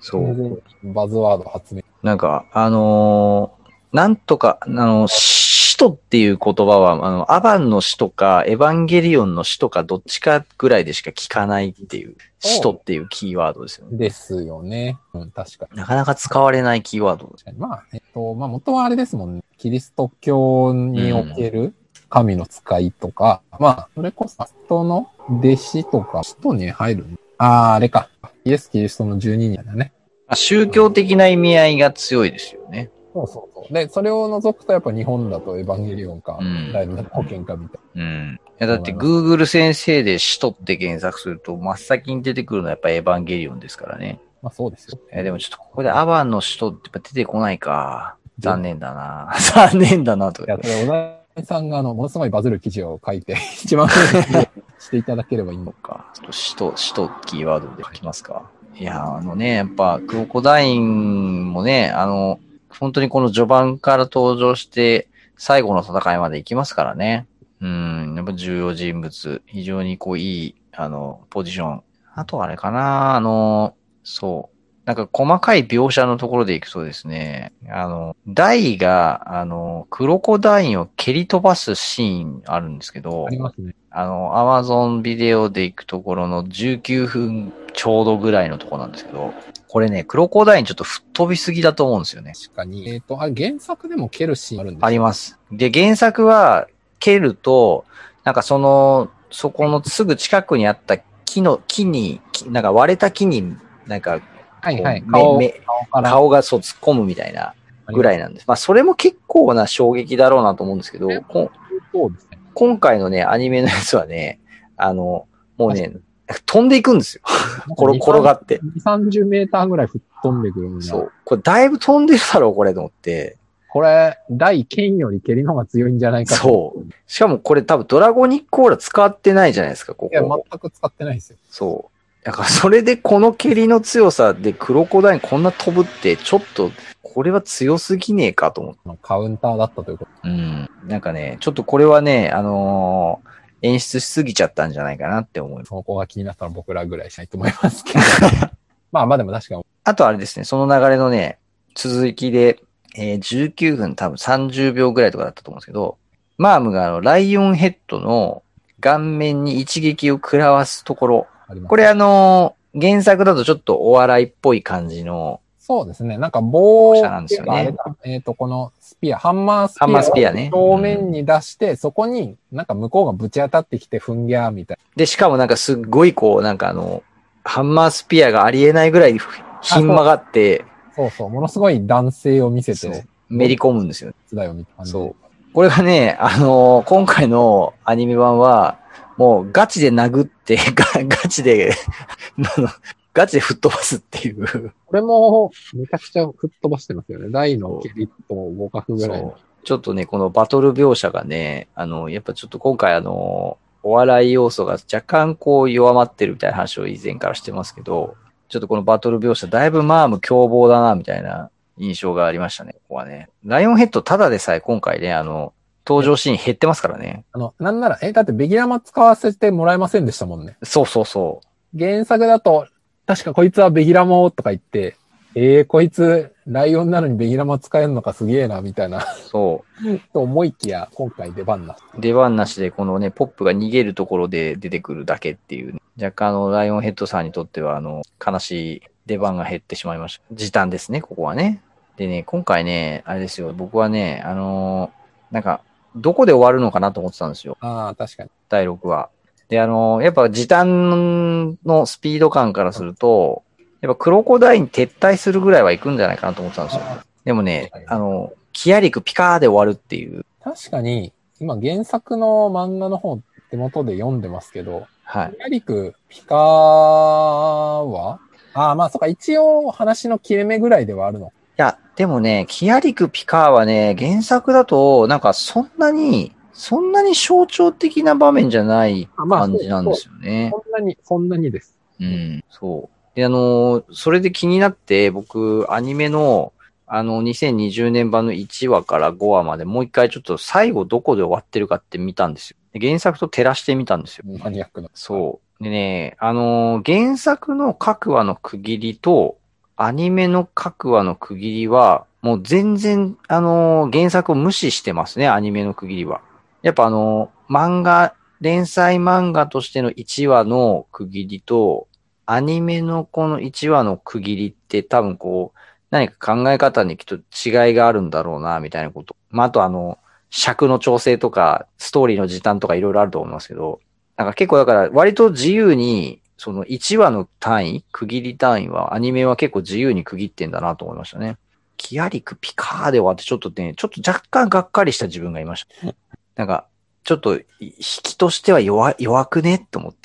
Speaker 2: そう。
Speaker 1: バズワード発明。
Speaker 2: なんか、あのーなんとか、あの、使徒っていう言葉は、あの、アバンの使徒か、エヴァンゲリオンの使徒か、どっちかぐらいでしか聞かないっていう、使徒っていうキーワードですよね。
Speaker 1: ですよね。うん、確かに。
Speaker 2: なかなか使われないキーワード
Speaker 1: 確かにまあ、えっと、まあ、元はあれですもんね。キリスト教における神の使いとか、まあ、それこそ、人の弟子とか、人に入る。ああ、あれか。イエス・キリストの12人だね。
Speaker 2: まあ宗教的な意味合いが強いですよね。
Speaker 1: そうそうそう。で、それを除くと、やっぱ日本だとエヴァンゲリオンか
Speaker 2: う、ん
Speaker 1: 第7保険かみたい
Speaker 2: うん。いやだって Google 先生で使徒って検索すると真っ先に出てくるのはやっぱエヴァンゲリオンですからね。
Speaker 1: な。まあ、そうですよ。
Speaker 2: えでもちょっとここでアバンの使徒ってやっぱ出てこないか。残念だな。 <laughs> 残念だなと
Speaker 1: い。や、それ、小田さんが、あの、ものすごいバズる記事を書いて、 <laughs> 一番上にしていただければいい
Speaker 2: そ <laughs>
Speaker 1: の
Speaker 2: う。か。ちょっと使徒、使徒キーワードで書きますか。いやー、あのね、やっぱクロコダインもね、あの、本当にこの序盤から登場して、最後の戦いまで行きますからね。うん、やっぱ重要人物、非常にこういい、あの、ポジション。あとあれかな、あの、そう。なんか細かい描写のところでいくとですね、あの、ダイが、あの、クロコダインを蹴り飛ばすシーンあるんですけど、
Speaker 1: ありますね。
Speaker 2: あの、アマゾンビデオで行くところの19分ちょうどぐらいのとこなんですけど、これね、クロコダインちょっと吹っ飛びすぎだと思うんですよね。
Speaker 1: 確かに。えっ、と、あれ、原作でも蹴るシーンあるんです
Speaker 2: あります。で、原作は、蹴ると、なんかその、そこのすぐ近くにあった木の、木に、木なんか割れた木に、なんかこ
Speaker 1: は
Speaker 2: う、
Speaker 1: いはい。
Speaker 2: め
Speaker 1: 顔
Speaker 2: め
Speaker 1: 顔から。
Speaker 2: 顔がそう突っ込むみたいなぐらいなんです。まあ、それも結構な衝撃だろうなと思うんですけど、こん
Speaker 1: そうですね。
Speaker 2: 今回のね、アニメのやつはね、あの、もうね、飛んでいくんですよ。転転がって。
Speaker 1: 2、30メーターぐらい吹っ飛んでくるんだ
Speaker 2: そう。これだいぶ飛んでるだろう、これと思って。
Speaker 1: これ、大剣より蹴りの方が強いんじゃないかと。
Speaker 2: そう。しかもこれ多分ドラゴニックオーラ使ってないじゃないですか、こ
Speaker 1: いや、
Speaker 2: こ。
Speaker 1: 全く使ってないですよ。
Speaker 2: そう。だからそれでこの蹴りの強さでクロコダインこんな飛ぶって、ちょっと、これは強すぎねえかと思って。
Speaker 1: あのカウンターだったということ。
Speaker 2: うん。なんかね、ちょっとこれはね、あのー演出しすぎちゃったんじゃないかなって思います。
Speaker 1: そこが気になったのは僕らぐらいしないと思います
Speaker 2: <laughs>
Speaker 1: けど。まあまあでも確かに、
Speaker 2: あとあれですね、その流れのね、続きで、えー19分多分30秒ぐらいとかだったと思うんですけど、マームがあの、ライオンヘッドの顔面に一撃を食らわすところ。
Speaker 1: あります
Speaker 2: これあのー原作だとちょっとお笑いっぽい感じの、
Speaker 1: そうですね。なんか棒を
Speaker 2: こうしたなんですよね
Speaker 1: えっとあれだえっと、このスピア、ハンマースピア
Speaker 2: ハンマースピアね
Speaker 1: を正面に出して、そこになんか向こうがぶち当たってきて、ふんぎゃーみたい
Speaker 2: で、しかもなんかすっごいこう、なんかあの、ハンマースピアがありえないぐらいひん曲がって、
Speaker 1: な。そうそう。ものすごい男性を見せ
Speaker 2: そう
Speaker 1: て、
Speaker 2: めり込むんですよね。
Speaker 1: 手伝いを見た感じで
Speaker 2: そう。これがね、あのー今回のアニメ版は、もうガチで殴って、 <laughs> ガガチで、 <laughs> あの、ガチで吹っ飛ばすっていう。
Speaker 1: これも、めちゃくちゃ吹っ飛ばしてますよね。台の蹴りと合格ぐらいの。
Speaker 2: ちょっとね、このバトル描写がね、あの、やっぱちょっと今回あの、お笑い要素が若干こう弱まってるみたいな話を以前からしてますけど、ちょっとこのバトル描写、だいぶマーム凶暴だな、みたいな印象がありましたね、ここはね。ライオンヘッドただでさえ今回ね、あの、登場シーン減ってますからね。
Speaker 1: あの、なんなら、え、だってベギラマ使わせてもらえませんでしたもんね。
Speaker 2: そうそうそ
Speaker 1: 原作だと、確かこいつはベギラマをとか言って、えー、こいつ、ライオンなのにベギラマ使えるのかすげえな、みたいな。
Speaker 2: う。そう。
Speaker 1: <laughs> と思いきや、今回出番なし。
Speaker 2: 出番なしで、このね、ポップが逃げるところで出てくるだけっていう、ね、若干あの、ライオンヘッドさんにとっては、あの、悲しい出番が減ってしまいました。時短ですね、ここはね。でね、今回ね、あれですよ、僕はね、あのーなんか、どこで終わるのかなと思ってたんですよ、
Speaker 1: ああ、確かに。
Speaker 2: 第6話。で、あのーやっぱ時短のスピード感からすると、やっぱクロコダイン撤退するぐらいはいくんじゃないかなと思ってたんですよ。でもね、あのーキアリクピカーで終わるっていう、
Speaker 1: 確かに、今原作の漫画の方手元で読んでますけど、
Speaker 2: はい。
Speaker 1: ヤリク、ピカーはああ、まあそっか、一応話の切れ目ぐらいではあるの。
Speaker 2: いや、でもね、キアリク・ピカーはね、原作だと、なんかそんなに、そんなに象徴的な場面じゃない
Speaker 1: あまあ
Speaker 2: 感じなんですよね。
Speaker 1: そんなに、そんなにです。
Speaker 2: うん、そう。で、あのーそれで気になって、僕、アニメの、あの、2020年版の1話から5話までもう一回ちょっと最後どこで終わってるかって見たんですよ。で原作と照らしてみたんですよ。
Speaker 1: マニアックな。
Speaker 2: そう。でね、あのー原作の各話の区切りと、アニメの各話の区切りは、もう全然、あのー原作を無視してますね、アニメの区切りは。やっぱあのー漫画、連載漫画としての1話の区切りと、アニメのこの1話の区切りって多分こう、何か考え方にきっと違いがあるんだろうな、みたいなこと。まあ、あとあの、尺の調整とか、ストーリーの時短とかいろいろあると思いますけど、なんか結構だから割と自由に、その1話の単位、区切り単位は、アニメは結構自由に区切ってんだなと思いましたね。キアリクピカーで終わってちょっとね、ちょっと若干がっかりした自分がいました。なんか、ちょっと、い引きとしては弱、弱くねって思って。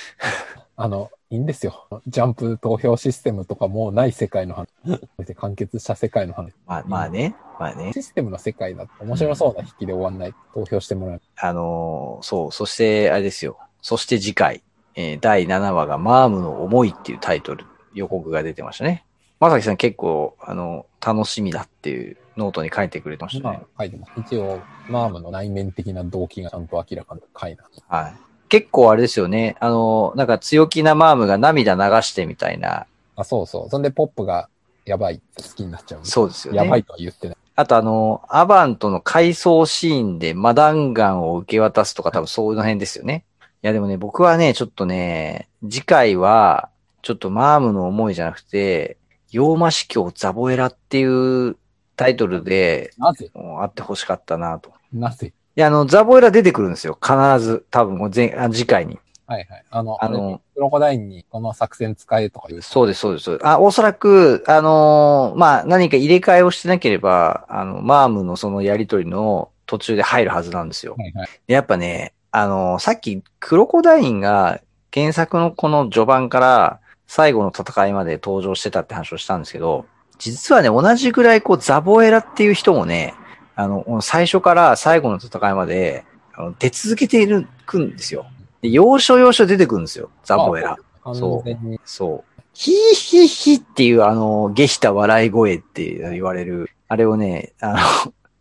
Speaker 1: あの、いいんですよ。ジャンプ投票システムとかもうない世界の話。 <laughs> 完結した世界の話。
Speaker 2: まあ、まあね、まあね。
Speaker 1: システムの世界だと面白そうな引きで終わんない。投票してもらえる。
Speaker 2: あのーそう、そして、あれですよ。そして次回、えー第7話がマームの思いっていうタイトル、予告が出てましたね。まさきさん結構、あの、楽しみだっていうノートに書いてくれてました
Speaker 1: ま
Speaker 2: ね
Speaker 1: あ。、書いてます。一応、マームの内面的な動機がちゃんと明らかな回な
Speaker 2: はい。結構あれですよね。あの、なんか強気なマームが涙流してみたいな。
Speaker 1: あ、そうそう。そんで、ポップが、やばいって好きになっちゃう。
Speaker 2: そうですよね。
Speaker 1: やばいとは言ってない。
Speaker 2: あとあの、アバンとの回想シーンでマダンガンを受け渡すとか多分そういうの辺ですよね。いやでもね、僕はね、ちょっとね、次回は、ちょっとマームの思いじゃなくて、妖魔司教ザボエラっていうタイトルで、
Speaker 1: なぜ
Speaker 2: もうあってほしかったなと。い
Speaker 1: なぜ
Speaker 2: や、あの、ザボエラ出てくるんですよ。必ず、多分、もう前、あ次回に。
Speaker 1: はいはい。あの、
Speaker 2: あ
Speaker 1: あ
Speaker 2: の
Speaker 1: の、クロコダインにこの作戦使えとか言う。
Speaker 2: そうです、そうです。そうですあ、おそらく、あのーまあ、何か入れ替えをしてなければ、あの、マームのそのやりとりの途中で入るはずなんですよ。
Speaker 1: はいはい。
Speaker 2: でやっぱね、あのーさっき、クロコダインが原作のこの序盤から最後の戦いまで登場してたって話をしたんですけど、実はね、同じぐらいこう、ザボエラっていう人もね、あの、最初から最後の戦いまで、あの出続けている、くんですよ。で、要所要所出てくるんですよ、ザボエラ。
Speaker 1: 完
Speaker 2: そう
Speaker 1: 全に。
Speaker 2: そう。ヒーヒーヒーっていうあの、下した笑い声って言われる、あれをね、あの、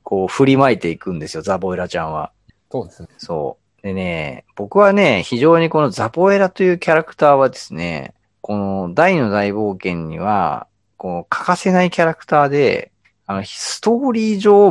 Speaker 2: こう振りまいていくんですよ、ザボエラちゃんは。
Speaker 1: そうですね。
Speaker 2: そう。でね、僕はね、非常にこのザボエラというキャラクターはですね、この大の大冒険には、こう、欠かせないキャラクターで、あの、ストーリー上、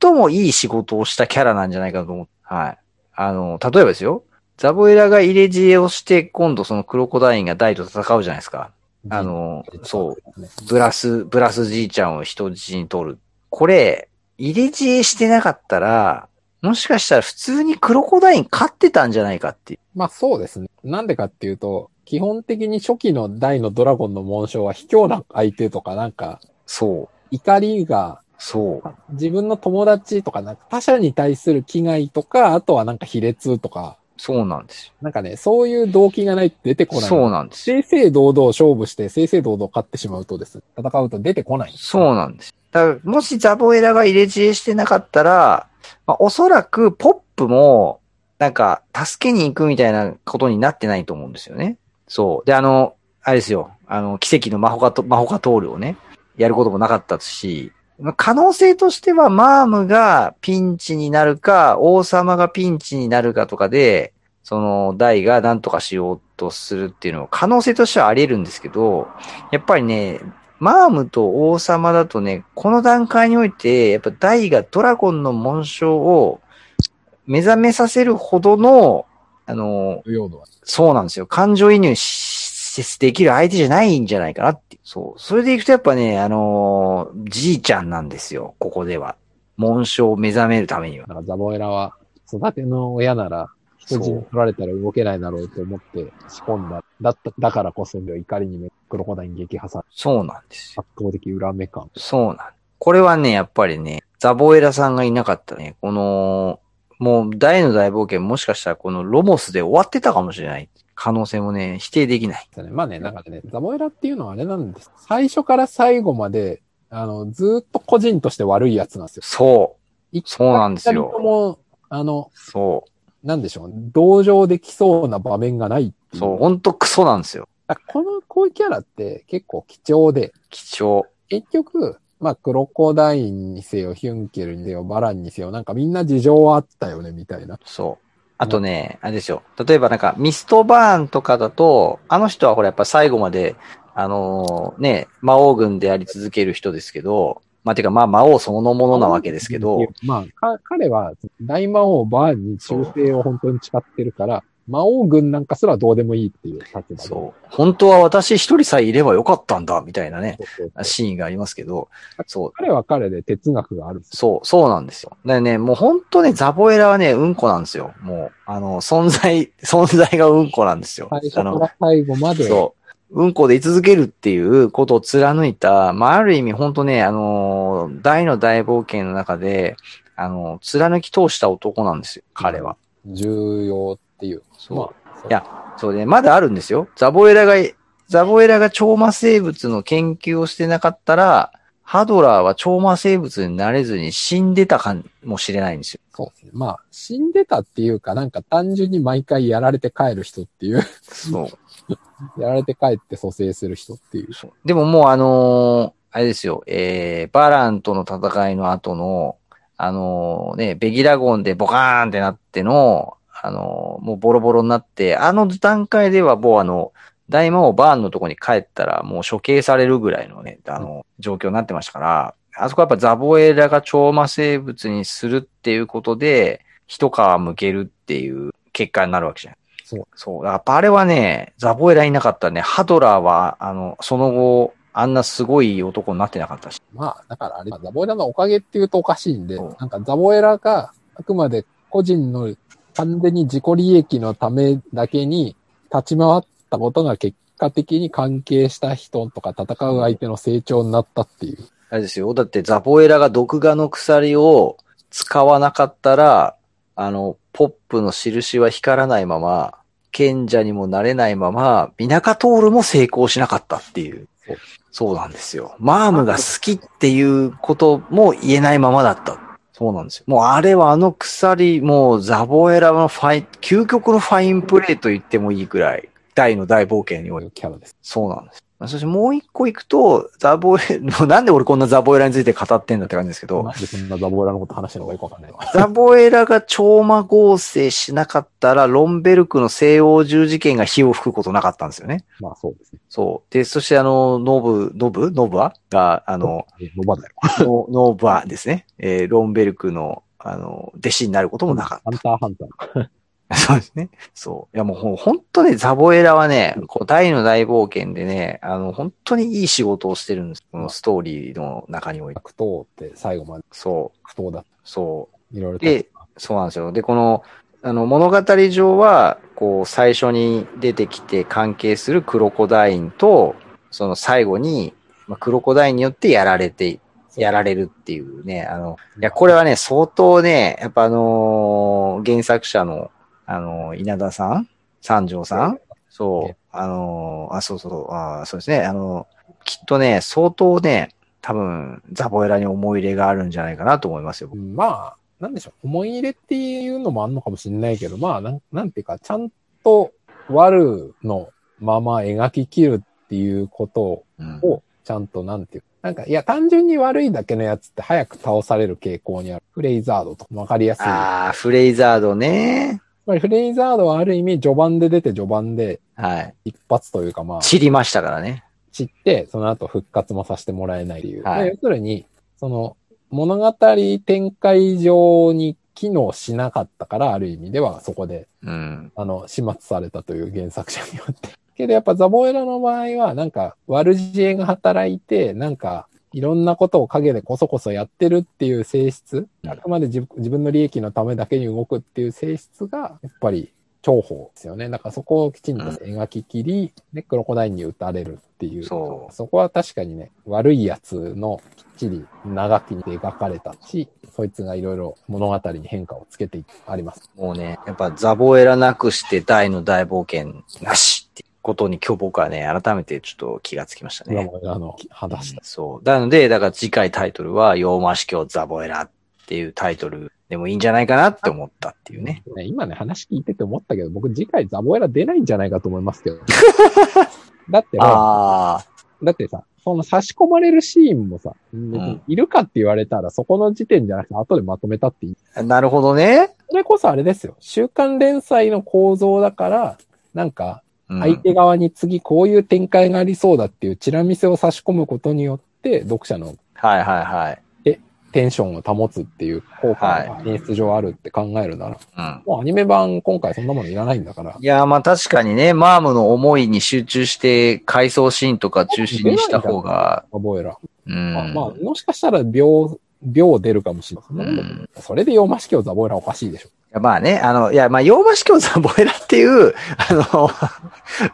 Speaker 2: 最もいい仕事をしたキャラなんじゃないかと思って、はい。あの、例えばですよ、ザボエラが入れ知恵をして、今度そのクロコダインが大と戦うじゃないですか。あの、そう、
Speaker 1: う。
Speaker 2: ブラス、ブラスじいちゃんを人質に取る。これ、入れ知恵してなかったら、もしかしたら普通にクロコダイン勝ってたんじゃないかっていう。
Speaker 1: まあそうですね。なんでかっていうと、基本的に初期の大のドラゴンの紋章は卑怯な相手とかなんか、
Speaker 2: そう、
Speaker 1: 怒りが
Speaker 2: そう、
Speaker 1: 自分の友達とかなんか他者に対する危害とか、あとはなんか卑劣とか、
Speaker 2: そうなんです
Speaker 1: なんかね、そういう動機がないと出てこ
Speaker 2: よ。
Speaker 1: ない。
Speaker 2: そうなんですよ。
Speaker 1: 正々堂々勝負して、正々堂々勝ってしまうとですね、戦うと出てこない。
Speaker 2: そうなんです。だから、もしザボエラが入れ知恵してなかったら、まあ、おそらくポップも、なんか、助けに行くみたいなことになってないと思うんですよね。そう。で、あの、あれですよ。あの、奇跡のマホカと、マホカトールをね、やることもなかったし、まあ可能性としては、マームがピンチになるか、王様がピンチになるかとかで、その、大が何とかしようとするっていうのは、可能性としてはあり得るんですけど、やっぱりね、マームと王様だとね、この段階において、やっぱ大がドラゴンの紋章を目覚めさせるほどの、あの、
Speaker 1: 重要度は。
Speaker 2: そうなんですよ。感情移入ししできる相手じゃないんじゃないかなっていう。そう。それでいくとやっぱね、あのーじいちゃんなんですよ。ここでは。紋章を目覚めるためには。
Speaker 1: なんかザボエラは、育ての親なら、人質に取られたら動けないだろうと思って仕込んだ。だった、だからこその怒りにめクロコダイン撃破され、
Speaker 2: そうなんですよ。
Speaker 1: 圧倒的恨め感。
Speaker 2: そうなん。これはね、やっぱりね、ザボエラさんがいなかったらね、この、もう大の大冒険もしかしたらこのロモスで終わってたかもしれない。可能性もね、否定できない。
Speaker 1: ですねまあね、なんかね、ザボエラっていうのはあれなんです。最初から最後まで、あの、ずーっと個人として悪いやつなんですよ。
Speaker 2: そう。
Speaker 1: い
Speaker 2: そうなんです
Speaker 1: 二人と
Speaker 2: よ。
Speaker 1: も、あの、
Speaker 2: そ
Speaker 1: なんでしょう、同情できそうな場面がないって
Speaker 2: う。
Speaker 1: い
Speaker 2: そう。ほんとクソなんですよ。
Speaker 1: あこの、こういうキャラって結構貴重で、
Speaker 2: 貴重。
Speaker 1: 結局、まあ、クロコダインにせよ、ヒュンケルにせよ、バランにせよ、なんかみんな事情はあったよね、みたいな。
Speaker 2: そう。あとね、あれですよ。例えばなんか、ミストバーンとかだと、あの人はほらやっぱ最後まで、あのーね、魔王軍であり続ける人ですけど、まあ、てかまあ魔王そのものなわけですけど、。
Speaker 1: まあ、か彼は、大魔王バーンに忠誠を本当に誓ってるから、魔王軍なんかすらどうでもいいっていう立場で。
Speaker 2: そう。本当は私一人さえいればよかったんだ、みたいなね、
Speaker 1: そうそうそう
Speaker 2: シーンがありますけど、そう、
Speaker 1: 彼は彼で哲学があるんですよ。
Speaker 2: そう、そうなんですよ。でね、もう本当ね、ザボエラはね、うんこなんですよ。もう、あの、存在、存在がうんこなんですよ。
Speaker 1: 最初か
Speaker 2: あの、
Speaker 1: ら最後まで、
Speaker 2: そう。うんこで居続けるっていうことを貫いた、まあ、ある意味本当ね、あのー大の大冒険の中で、あのー貫き通した男なんですよ、彼は。
Speaker 1: 重要っていう。
Speaker 2: そう。
Speaker 1: まあ、そう
Speaker 2: いやそうね、まだあるんですよ。ザボエラが、ザボエラが超魔生物の研究をしてなかったら、ハドラーは超魔生物になれずに死んでたかもしれないんですよ。
Speaker 1: そうですね。まあ、死んでたっていうか、なんか単純に毎回やられて帰る人っていう、 <laughs>
Speaker 2: そう。
Speaker 1: やられて帰って蘇生する人っていう。
Speaker 2: そうでももうあのーあれですよ、えー、バランとの戦いの後の、あのーね、ベギラゴンでボカーンってなっての、あのーもうボロボロになって、あの段階ではもうあの、大魔王バーンのとこに帰ったらもう処刑されるぐらいのね、あの、状況になってましたから、あそこはやっぱザボエラが超魔生物にするっていうことで、一皮むけるっていう結果になるわけじゃん。
Speaker 1: そう。
Speaker 2: そう。やっぱあれはね、ザボエラいなかったらね、ハドラーは、あの、その後、あんなすごい男になってなかったし。
Speaker 1: まあ、だからあれ、ザボエラのおかげっていうとおかしいんで、
Speaker 2: そう
Speaker 1: なんかザボエラがあくまで個人の完全に自己利益のためだけに立ち回ったことが結果的に関係した人とか戦う相手の成長になったっていう。
Speaker 2: あれですよ。だってザボエラが毒画の鎖を使わなかったら、あの、ポップの印は光らないまま、賢者にもなれないまま、ミナカトールも成功しなかったっていう
Speaker 1: そう。
Speaker 2: そうなんですよ。マームが好きっていうことも言えないままだった。そうなんですよ。もうあれはあの鎖、もうザボエラのファイン、究極のファインプレーと言ってもいいくらい、大の大冒険におい
Speaker 1: という
Speaker 2: て
Speaker 1: キャラです。
Speaker 2: そうなんです。まあそしてもう一個行くと、ザボエ、も <laughs> うなんで俺こんなザボエラについて語ってんだって感じですけど
Speaker 1: な、んでそんなザボエラのこと話してるのかよくわかんないな。
Speaker 2: ザボエラが超魔合成しなかったら、ロンベルクの西欧十字剣が火を吹くことなかったんですよね。
Speaker 1: まあそうですね。
Speaker 2: そう。で、そしてあの、ノブ、ノブノブアが、あの、
Speaker 1: ロバだよ。
Speaker 2: ノノブアですね。えーロンベルクの、あの、弟子になることもなか
Speaker 1: ハンターハンター。
Speaker 2: った。 <laughs> そうですね。そう。いやもうほん本当ね、ザボエラはね、こう、大の大冒険でね、あの、本当にいい仕事をしてるんです。このストーリーの中において。
Speaker 1: 悪党って最後まで
Speaker 2: そう。
Speaker 1: 悪党だっ
Speaker 2: そう。
Speaker 1: た。いろいろと。
Speaker 2: で、そうなんですよ。で、この、あの、物語上は、こう、最初に出てきて関係するクロコダインと、その最後に、まあ、クロコダインによってやられて、やられるっていうね、あの、いや、これはね、相当ね、やっぱあのー原作者の、あのー稲田さん三条さんそ
Speaker 1: ね
Speaker 2: う、あのーあ、そうそう、あーそうですね、あのーきっとね、相当ね、多分、ザボエラに思い入れがあるんじゃないかなと思いますよ、僕
Speaker 1: うんまあ、なんでしょう。思い入れっていうのもあんのかもしれないけど、まあ、なんなんていうか、ちゃんと悪のまま描き切るっていうこと
Speaker 2: うん
Speaker 1: を、ちゃんとなんていうなんか、いや、単純に悪いだけのやつって早く倒される傾向にある。フレイザードとわかりやすい。つ
Speaker 2: ああ、フレイザードね。
Speaker 1: まりフレイザードはある意味、序盤で出て序盤で
Speaker 2: はい。
Speaker 1: 一発というか、まあ、
Speaker 2: 散りましたからね。
Speaker 1: 散って、その後復活もさせてもらえないっていう。
Speaker 2: はい
Speaker 1: まあ要するに、その物語展開上に機能しなかったから、ある意味ではそこで、
Speaker 2: うん。
Speaker 1: あの、始末されたという原作者によって。 <laughs> けどやっぱザボエラの場合は、なんか悪知恵が働いて、なんかいろんなことを陰でこそこそやってるっていう性質、
Speaker 2: うん
Speaker 1: あくまで自自分の利益のためだけに動くっていう性質が、やっぱり重宝ですよね。だからそこをきちんと描ききり、ね、クロコダインに打たれるっていう。
Speaker 2: そう
Speaker 1: そこは確かにね、悪いやつのきっちり長きに描かれたし、そいつがいろいろ物語に変化をつけていあります。
Speaker 2: もうね、やっぱザボエラなくして大の大冒険なしってことに今日僕はね、改めてちょっと気がつきました
Speaker 1: ザ
Speaker 2: ね。
Speaker 1: ボエラの話した。
Speaker 2: そう。なので、だから次回タイトルは、洋魔司教ザボエラっていうタイトルでもいいんじゃないかなって思ったっていうね。
Speaker 1: <laughs> ね今ね、話聞いてて思ったけど、僕次回ザボエラ出ないんじゃないかと思いますけ
Speaker 2: <laughs>
Speaker 1: ど。だっても
Speaker 2: ああ、
Speaker 1: う、だってさ、その差し込まれるシーンもさ、
Speaker 2: ん
Speaker 1: いるかって言われたら、そこの時点じゃなくて、後でまとめたっていい。
Speaker 2: なるほどね。
Speaker 1: それこそあれですよ。週刊連載の構造だから、なんか、
Speaker 2: うん
Speaker 1: 相手側に次こういう展開がありそうだっていうチラ見せを差し込むことによって、読者の
Speaker 2: はいはいはい。
Speaker 1: テンションを保つっていう効果が演出上あるって考えるなら、
Speaker 2: うん。
Speaker 1: もうアニメ版今回そんなものいらないんだから
Speaker 2: い、やー、まあ確かにね、マームの思いに集中して、回想シーンとか中心にした方が、
Speaker 1: ザボエラ。
Speaker 2: うん。
Speaker 1: まあ、まあ、もしかしたら秒、秒出るかもしれない。
Speaker 2: うん
Speaker 1: それで洋マ式をザボエラおかしいでしょ。
Speaker 2: いやまあね、あの、いや、まあ、洋菓子教ザボエラっていう、 <laughs> あの、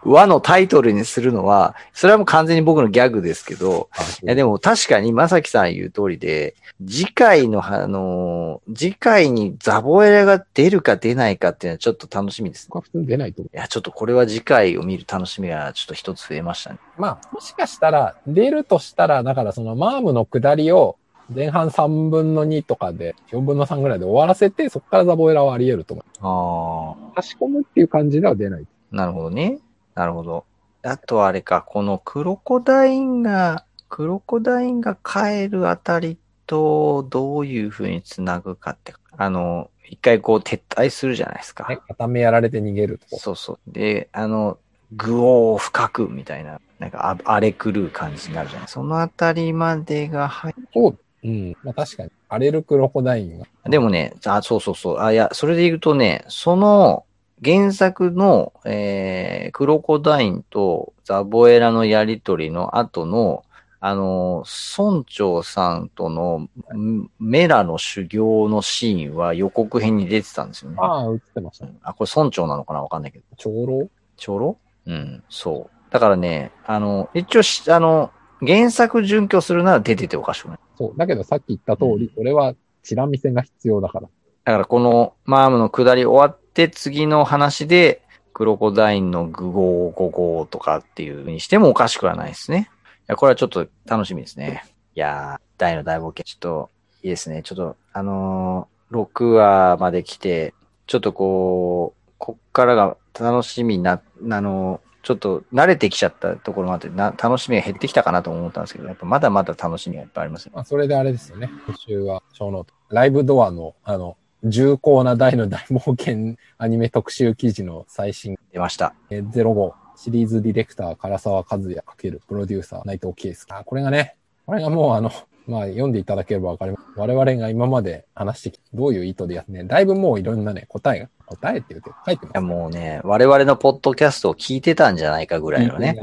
Speaker 2: 和のタイトルにするのは、それはもう完全に僕のギャグですけど、いや、でも確かに、まさきさん言う通りで、次回の、あのー、次回にザボエラが出るか出ないかっていうのはちょっと楽しみですね。
Speaker 1: 僕は普通に出ないと思
Speaker 2: いや、ちょっとこれは次回を見る楽しみがちょっと一つ増えましたね。
Speaker 1: う。まあ、もしかしたら、出るとしたら、だからそのマームの下りを前半3分の2とかで、4分の3ぐらいで終わらせて、そこからザボエラはあり得ると思
Speaker 2: ああ。
Speaker 1: う。差し込むっていう感じでは出ない。
Speaker 2: なるほどね。なるほど。あとあれか、このクロコダインが、クロコダインが帰るあたりとどういうふうにつなぐかって、あの、一回こう撤退するじゃないですか。
Speaker 1: ね、片目やられて逃げるとこ。
Speaker 2: そうそう。で、あの、具を深くみたいな、なんかあ荒れ狂う感じになるじゃないそのあたりまでが入
Speaker 1: そう。うん。まあ確かに、荒れるクロコダインが。
Speaker 2: でもね、あ、そうそうそう。あ、いや、それで言うとね、その原作の、えー、クロコダインとザボエラのやりとりの後の、あのー、村長さんとのんメラの修行のシーンは予告編に出てたんですよね。
Speaker 1: ああ、映ってました
Speaker 2: う
Speaker 1: ね。
Speaker 2: んあ、これ村長なのかなわかんないけど。
Speaker 1: 長老
Speaker 2: 長老うん、そう。だからね、あの、一応し、あの、原作準拠するなら出てておかしくない。
Speaker 1: そう。だけどさっき言った通り、これはチラ見せが必要だから。
Speaker 2: だからこのマームの下り終わって次の話でクロコダインの具号五号とかっていう風にしてもおかしくはないですね。いや、これはちょっと楽しみですね。いやー、大の大冒険。ちょっといいですね。ちょっと、あのー、6話まで来て、ちょっとこう、こっからが楽しみな、あのー、ちょっと慣れてきちゃったところもあって、な楽しみが減ってきたかなと思ったんですけど、やっぱまだまだ楽しみがいっぱいありますね。
Speaker 1: まあ、それであれですよね。今週は、小ノート。ライブドアの、あの、重厚な大の大冒険アニメ特集記事の最新
Speaker 2: 出ました。
Speaker 1: えー05シリーズディレクター唐沢和也かけるプロデューサー内藤圭介。あ、これがね、これがもうあの、まあ読んでいただければわかります。我々が今まで話してきたどういう意図でやってね、だいぶもういろんなね、答えが、答えって言うて書いてます
Speaker 2: いや、もうね、我々のポッドキャストを聞いてたんじゃないかぐらいのね、。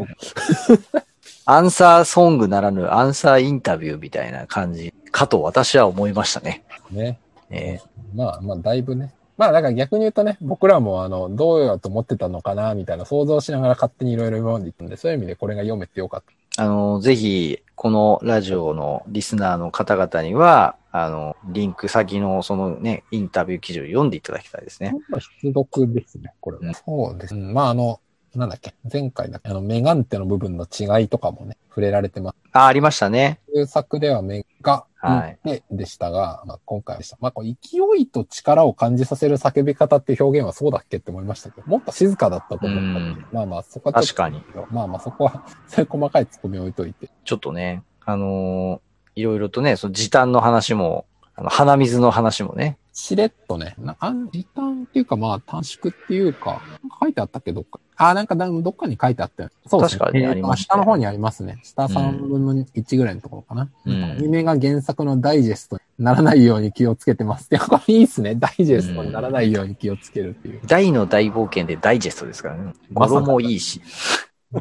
Speaker 2: アンサーソングならぬアンサーインタビューみたいな感じかと私は思いましたね。
Speaker 1: ね。
Speaker 2: え
Speaker 1: まあまあだいぶね。まあだから逆に言うとね、僕らもあの、どうやと思ってたのかな、みたいな想像しながら勝手にいろいろ今まで言ったんで、そういう意味でこれが読めてよかった。
Speaker 2: ーあの、ぜひ、このラジオのリスナーの方々には、あの、リンク先のそのね、インタビュー記事を読んでいただきたいですね。
Speaker 1: まあ出読ですね、これは。
Speaker 2: うん
Speaker 1: そうです、うんまああの、なんだっけ、前回だっけ、あの、メガンテの部分の違いとかもね、触れられてます。
Speaker 2: あ、ありましたね。
Speaker 1: 旧作ではメガ
Speaker 2: はい
Speaker 1: ででしたが、まあ今回でした。まあこう勢いと力を感じさせる叫び方っていう表現はそうだっけって思いましたけど、もっと静かだったと思ったんで
Speaker 2: うん
Speaker 1: まあまあそこは
Speaker 2: 確
Speaker 1: ちょっ
Speaker 2: かに。
Speaker 1: と、まあまあそこは、 <laughs> そういう細かいツッコミ置いといて。
Speaker 2: ちょっとね、あのーいろいろとね、その時短の話も、あの鼻水の話もね、
Speaker 1: しれっとね、なあん時短っていうかまあ短縮っていうか、なんか書いてあったっけどっか。あ、なんかだどっかに書いてあったよ。そうですね。
Speaker 2: 確かにありました
Speaker 1: えーと下の
Speaker 2: よ
Speaker 1: 方にありますね。下3分の1ぐらいのところかな。
Speaker 2: うん
Speaker 1: アニメが原作のダイジェストにならないように気をつけて <laughs> ます。いや、これいいっすね。ダイジェストにならないように気をつけるっていう。
Speaker 2: 大の大冒険でダイジェストですからね。
Speaker 1: まさ
Speaker 2: 語
Speaker 1: か
Speaker 2: 呂もいいし。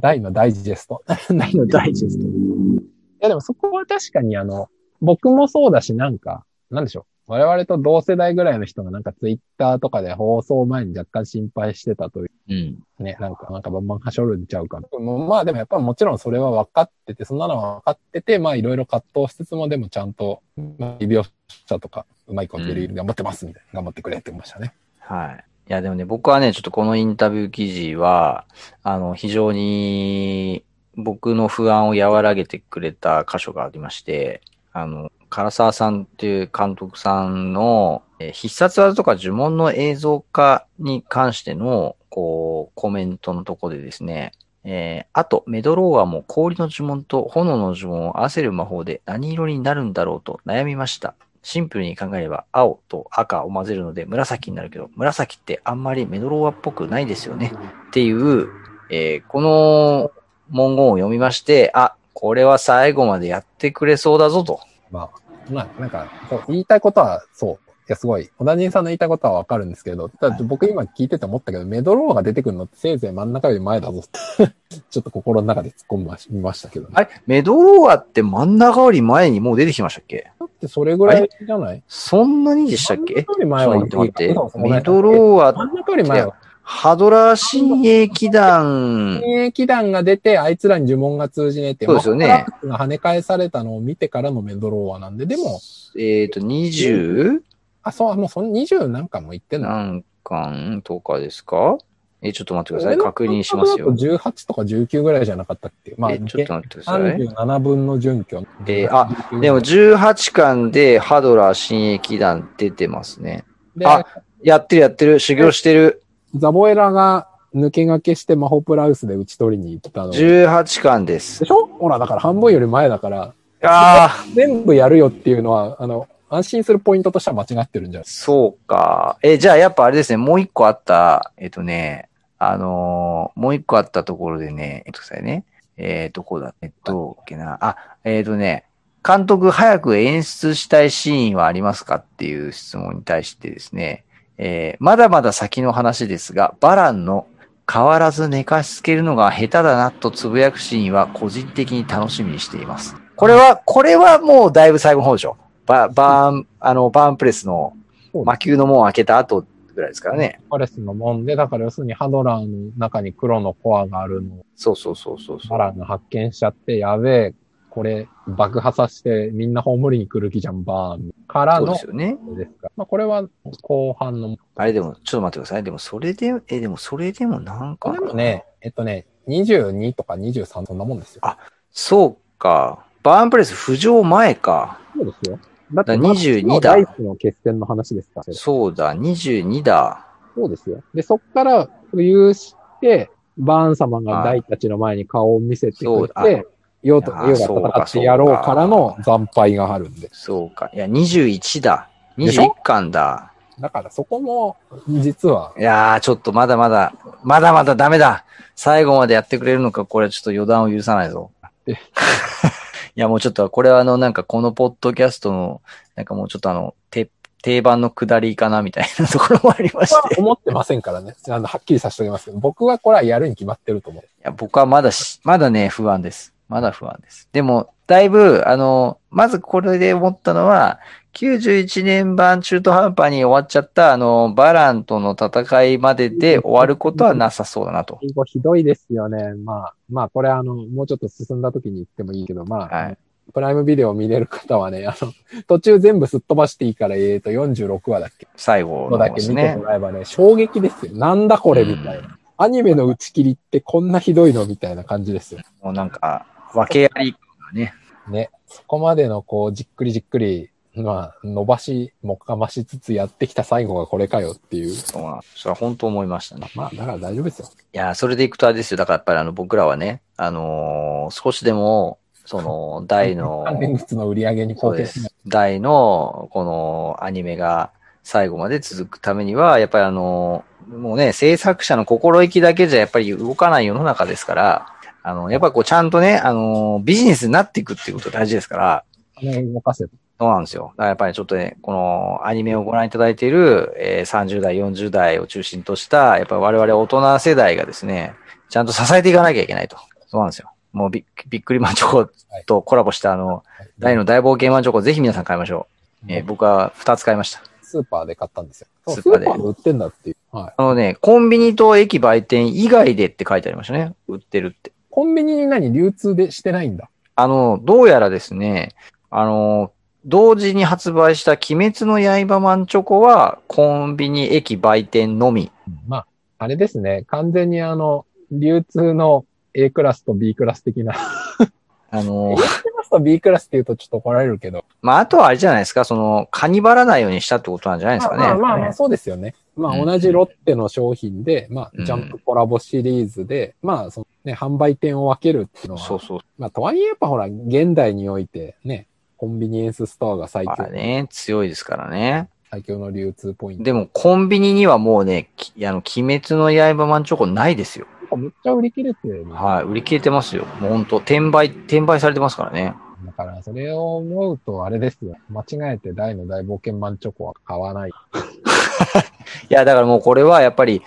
Speaker 1: 大のダイジェスト。 <laughs> 大の
Speaker 2: ダイジェスト。
Speaker 1: いや、でもそこは確かにあの、僕もそうだし、なんか、なんでしょう。我々と同世代ぐらいの人がなんかツイッターとかで放送前に若干心配してたという
Speaker 2: うん。
Speaker 1: ね、なんか、なんかバンバンはしょるんちゃうかな。もうまあでもやっぱもちろんそれは分かってて、そんなのは分かってて、まあいろいろ葛藤しつつもでもちゃんと、まあ、微妙さとか、うまいこと言えるように頑張ってますみたいな、頑張ってくれって思いましたね。
Speaker 2: はい。いや、でもね、僕はね、ちょっとこのインタビュー記事は、あの、非常に僕の不安を和らげてくれた箇所がありまして、あの、唐沢さんっていう監督さんの、えー必殺技とか呪文の映像化に関しての、こう、コメントのところでですね、えーあと、メドローアも氷の呪文と炎の呪文を合わせる魔法で何色になるんだろうと悩みました。シンプルに考えれば青と赤を混ぜるので紫になるけど、紫ってあんまりメドローアっぽくないですよね。っていう、えーこの文言を読みまして、あ、これは最後までやってくれそうだぞと。
Speaker 1: まあ、まあ、なんか、そう、言いたいことは、そう。いや、すごい。小田人さんの言いたいことはわかるんですけど、ただ
Speaker 2: はい
Speaker 1: 僕今聞いてて思ったけど、メドローが出てくるのってせいぜい真ん中より前だぞって <laughs> ちょっと心の中で突っ込みまし見ましたけどね。
Speaker 2: あれ、メドローアって真ん中より前にもう出てきましたっけ
Speaker 1: だってそれぐらいじゃない
Speaker 2: そんなにでしたっけえ
Speaker 1: 真ん中より前
Speaker 2: ちょ
Speaker 1: は
Speaker 2: っと待って
Speaker 1: 嘘
Speaker 2: 待
Speaker 1: 嘘ご
Speaker 2: って。
Speaker 1: めん
Speaker 2: メドロー
Speaker 1: 真
Speaker 2: ア、
Speaker 1: ん中より前は
Speaker 2: ハドラー新鋭機団、
Speaker 1: 現役団が出て、あいつらに呪文が通じねえって、
Speaker 2: そうですよね
Speaker 1: マックトラックが跳ね返されたのを見てからのメドローアなんで、でも、
Speaker 2: えっ、と、20?
Speaker 1: あ、そう、もうその20何巻も言ってんの。
Speaker 2: 何巻とかですかえ、ちょっと待ってください。確認しますよ
Speaker 1: 俺。の感覚だと18とか19ぐらいじゃなかったっけまあ、
Speaker 2: え、ちょっと待ってください。
Speaker 1: 37分の準拠。
Speaker 2: えーあ
Speaker 1: 19
Speaker 2: でも、18巻でハドラー新駅団出てますね。
Speaker 1: で
Speaker 2: あやってるやってる、修行してる。
Speaker 1: ザボエラが抜け駆けしてマホプラウスで打ち取りに行ったの。で
Speaker 2: 18巻です。
Speaker 1: しょほら、だから半分より前だから、
Speaker 2: ああ、
Speaker 1: 全部やるよっていうのは、あの、安心するポイントとしては間違ってるんじゃない
Speaker 2: そうか。え、じゃあやっぱあれですね、もう一個あった、えっとね、あのーもう一個あったところでね、えっとさいね、えー、どこだ、えっと、どうだっけな、あ、えっ、とね、監督早く演出したいシーンはありますかっていう質問に対してですね、えーまだまだ先の話ですが、バランの変わらず寝かしつけるのが下手だなとつぶやくシーンは個人的に楽しみにしています。これは、これはもうだいぶ最後の方でしょ。ババーン、あの、バーンプレスの
Speaker 1: そうです
Speaker 2: 魔球の門を開けた後ぐらいですからね。
Speaker 1: パレスのもんで、だから要するにハドラーの中に黒のコアがあるのを
Speaker 2: そうそうそうそうそ
Speaker 1: バ
Speaker 2: う。
Speaker 1: ランが発見しちゃって、やべえ、これ爆破させてみんな葬りに来る気じゃん、バーン。から
Speaker 2: そう
Speaker 1: の、
Speaker 2: で
Speaker 1: です
Speaker 2: よね。
Speaker 1: か。まあこれは後半の。
Speaker 2: あれでも、ちょっと待ってください。でもそれで、え、でもそれでもなんか。
Speaker 1: でもね、えっとね、22とか23そんなもんですよ。
Speaker 2: あそうか。バーンプレス浮上前か。
Speaker 1: そうですよ。だっ
Speaker 2: だから22だ
Speaker 1: 第一の決戦の話ですから。
Speaker 2: そうだ、22だ。
Speaker 1: そうですよ。で、そっから浮遊して、バーン様が大たちの前に顔を見せて
Speaker 2: そ
Speaker 1: く
Speaker 2: う
Speaker 1: れ
Speaker 2: だ
Speaker 1: て、ようと、
Speaker 2: いやー
Speaker 1: ようが戦ってやろうからの惨敗があるんで。
Speaker 2: そうか。いや、21だ。
Speaker 1: でしょ
Speaker 2: 21巻だ。
Speaker 1: だからそこも、実は、
Speaker 2: いやー、ちょっとまだまだ、まだまだダメだ。最後までやってくれるのか、これはちょっと予断を許さないぞ。 <laughs> いや、もうちょっと、これはあの、なんかこのポッドキャストの、なんかもうちょっとあの、て定番の下りかな、みたいなところもありまし
Speaker 1: 僕は <laughs>
Speaker 2: て。い
Speaker 1: 思ってませんからね。 <laughs> あの、はっきりさせておきますけど、僕はこれはやるに決まってると思う。
Speaker 2: や、僕はまだし、まだね、不安です。まだ不安です。でも、だいぶ、あの、まずこれで思ったのは、91年版中途半端に終わっちゃった、あの、バランとの戦いまでで終わることはなさそうだなと。
Speaker 1: 英語ひどいですよね。まあ、まあ、これあの、もうちょっと進んだ時に言ってもいいけど、まあ、
Speaker 2: はい
Speaker 1: プライムビデオ見れる方はね、あの、途中全部すっ飛ばしていいから、えーと、46話だっけ
Speaker 2: 最後
Speaker 1: の
Speaker 2: の
Speaker 1: だ
Speaker 2: 方で
Speaker 1: け
Speaker 2: す
Speaker 1: 見て
Speaker 2: ね
Speaker 1: も。らえばね、衝撃ですよ。なんだこれみたいな。アニメの打ち切りってこんなひどいのみたいな感じですよ。
Speaker 2: もうなんか、分けありがね。
Speaker 1: ね。そこまでのこう、じっくりじっくり、まあ、伸ばし、もかましつつやってきた最後がこれかよっていう。
Speaker 2: そうなんそれは本当思いましたね。
Speaker 1: まあ、だから大丈夫ですよ。
Speaker 2: いやー、それでいくとあれですよ。だからやっぱりあの、僕らはね、あのー少しでも、その、大の、
Speaker 1: 関連物の売り上げに
Speaker 2: そう
Speaker 1: 貢
Speaker 2: で
Speaker 1: 献しない
Speaker 2: す。大の、この、アニメが最後まで続くためには、やっぱりあのーもうね、制作者の心意気だけじゃやっぱり動かない世の中ですから、あの、やっぱこう、ちゃんとね、あのービジネスになっていくっていうことが大事ですから、
Speaker 1: お金を動かせば
Speaker 2: そうなんですよ。だからやっぱりちょっとね、このアニメをご覧いただいている、えー30代、40代を中心とした、やっぱり我々大人世代がですね、ちゃんと支えていかなきゃいけないと。そうなんですよ。もうびびっくりマンチョコとコラボしたあの、大の大冒険マンチョコ、ぜひ皆さん買いましょう。えー僕は2つ買いました。
Speaker 1: スーパーで買ったんですよ。
Speaker 2: ス
Speaker 1: ス
Speaker 2: ー
Speaker 1: ー
Speaker 2: パ
Speaker 1: パ
Speaker 2: ー
Speaker 1: ー
Speaker 2: で
Speaker 1: で売ってんだっていう。はい。
Speaker 2: あのね、コンビニと駅売店以外でって書いてありましたね。売ってるって。
Speaker 1: コンビニに何流通でしてないんだ。
Speaker 2: あの、どうやらですね、あの、同時に発売した鬼滅の刃マンチョコは、コンビニ、駅、売店のみ。
Speaker 1: まあ、あれですね。完全にあの、流通の A クラスと B クラス的な。A
Speaker 2: あの、
Speaker 1: クラスと B クラスって言うとちょっと怒られるけど。
Speaker 2: まあ、あとはあれじゃないですか、その、カニばらないようにしたってことなんじゃないですかね。
Speaker 1: まあまあまあ、そうですよね。まあ
Speaker 2: うん
Speaker 1: 同じロッテの商品で、ま
Speaker 2: うん
Speaker 1: あジャンプコラボシリーズで、まあそのね、販売店を分けるっていうの
Speaker 2: そう
Speaker 1: は、
Speaker 2: そう。
Speaker 1: まあとはいえやっぱほら、現代においてね、コンビニエンスストアが最
Speaker 2: まあ
Speaker 1: 強、
Speaker 2: ね、強いですからね。
Speaker 1: 最強の流通ポイント。
Speaker 2: でも、コンビニにはもうね、きあの、鬼滅の刃マンチョコないですよ。
Speaker 1: なんかむっちゃ売り切れてる。
Speaker 2: はい、売り切れてますよ。もうほんと、転売、転売されてますからね。
Speaker 1: だから、それを思うと、あれですよ。間違えて大の大冒険マンチョコは買わない。
Speaker 2: いや、だからもうこれはやっぱり、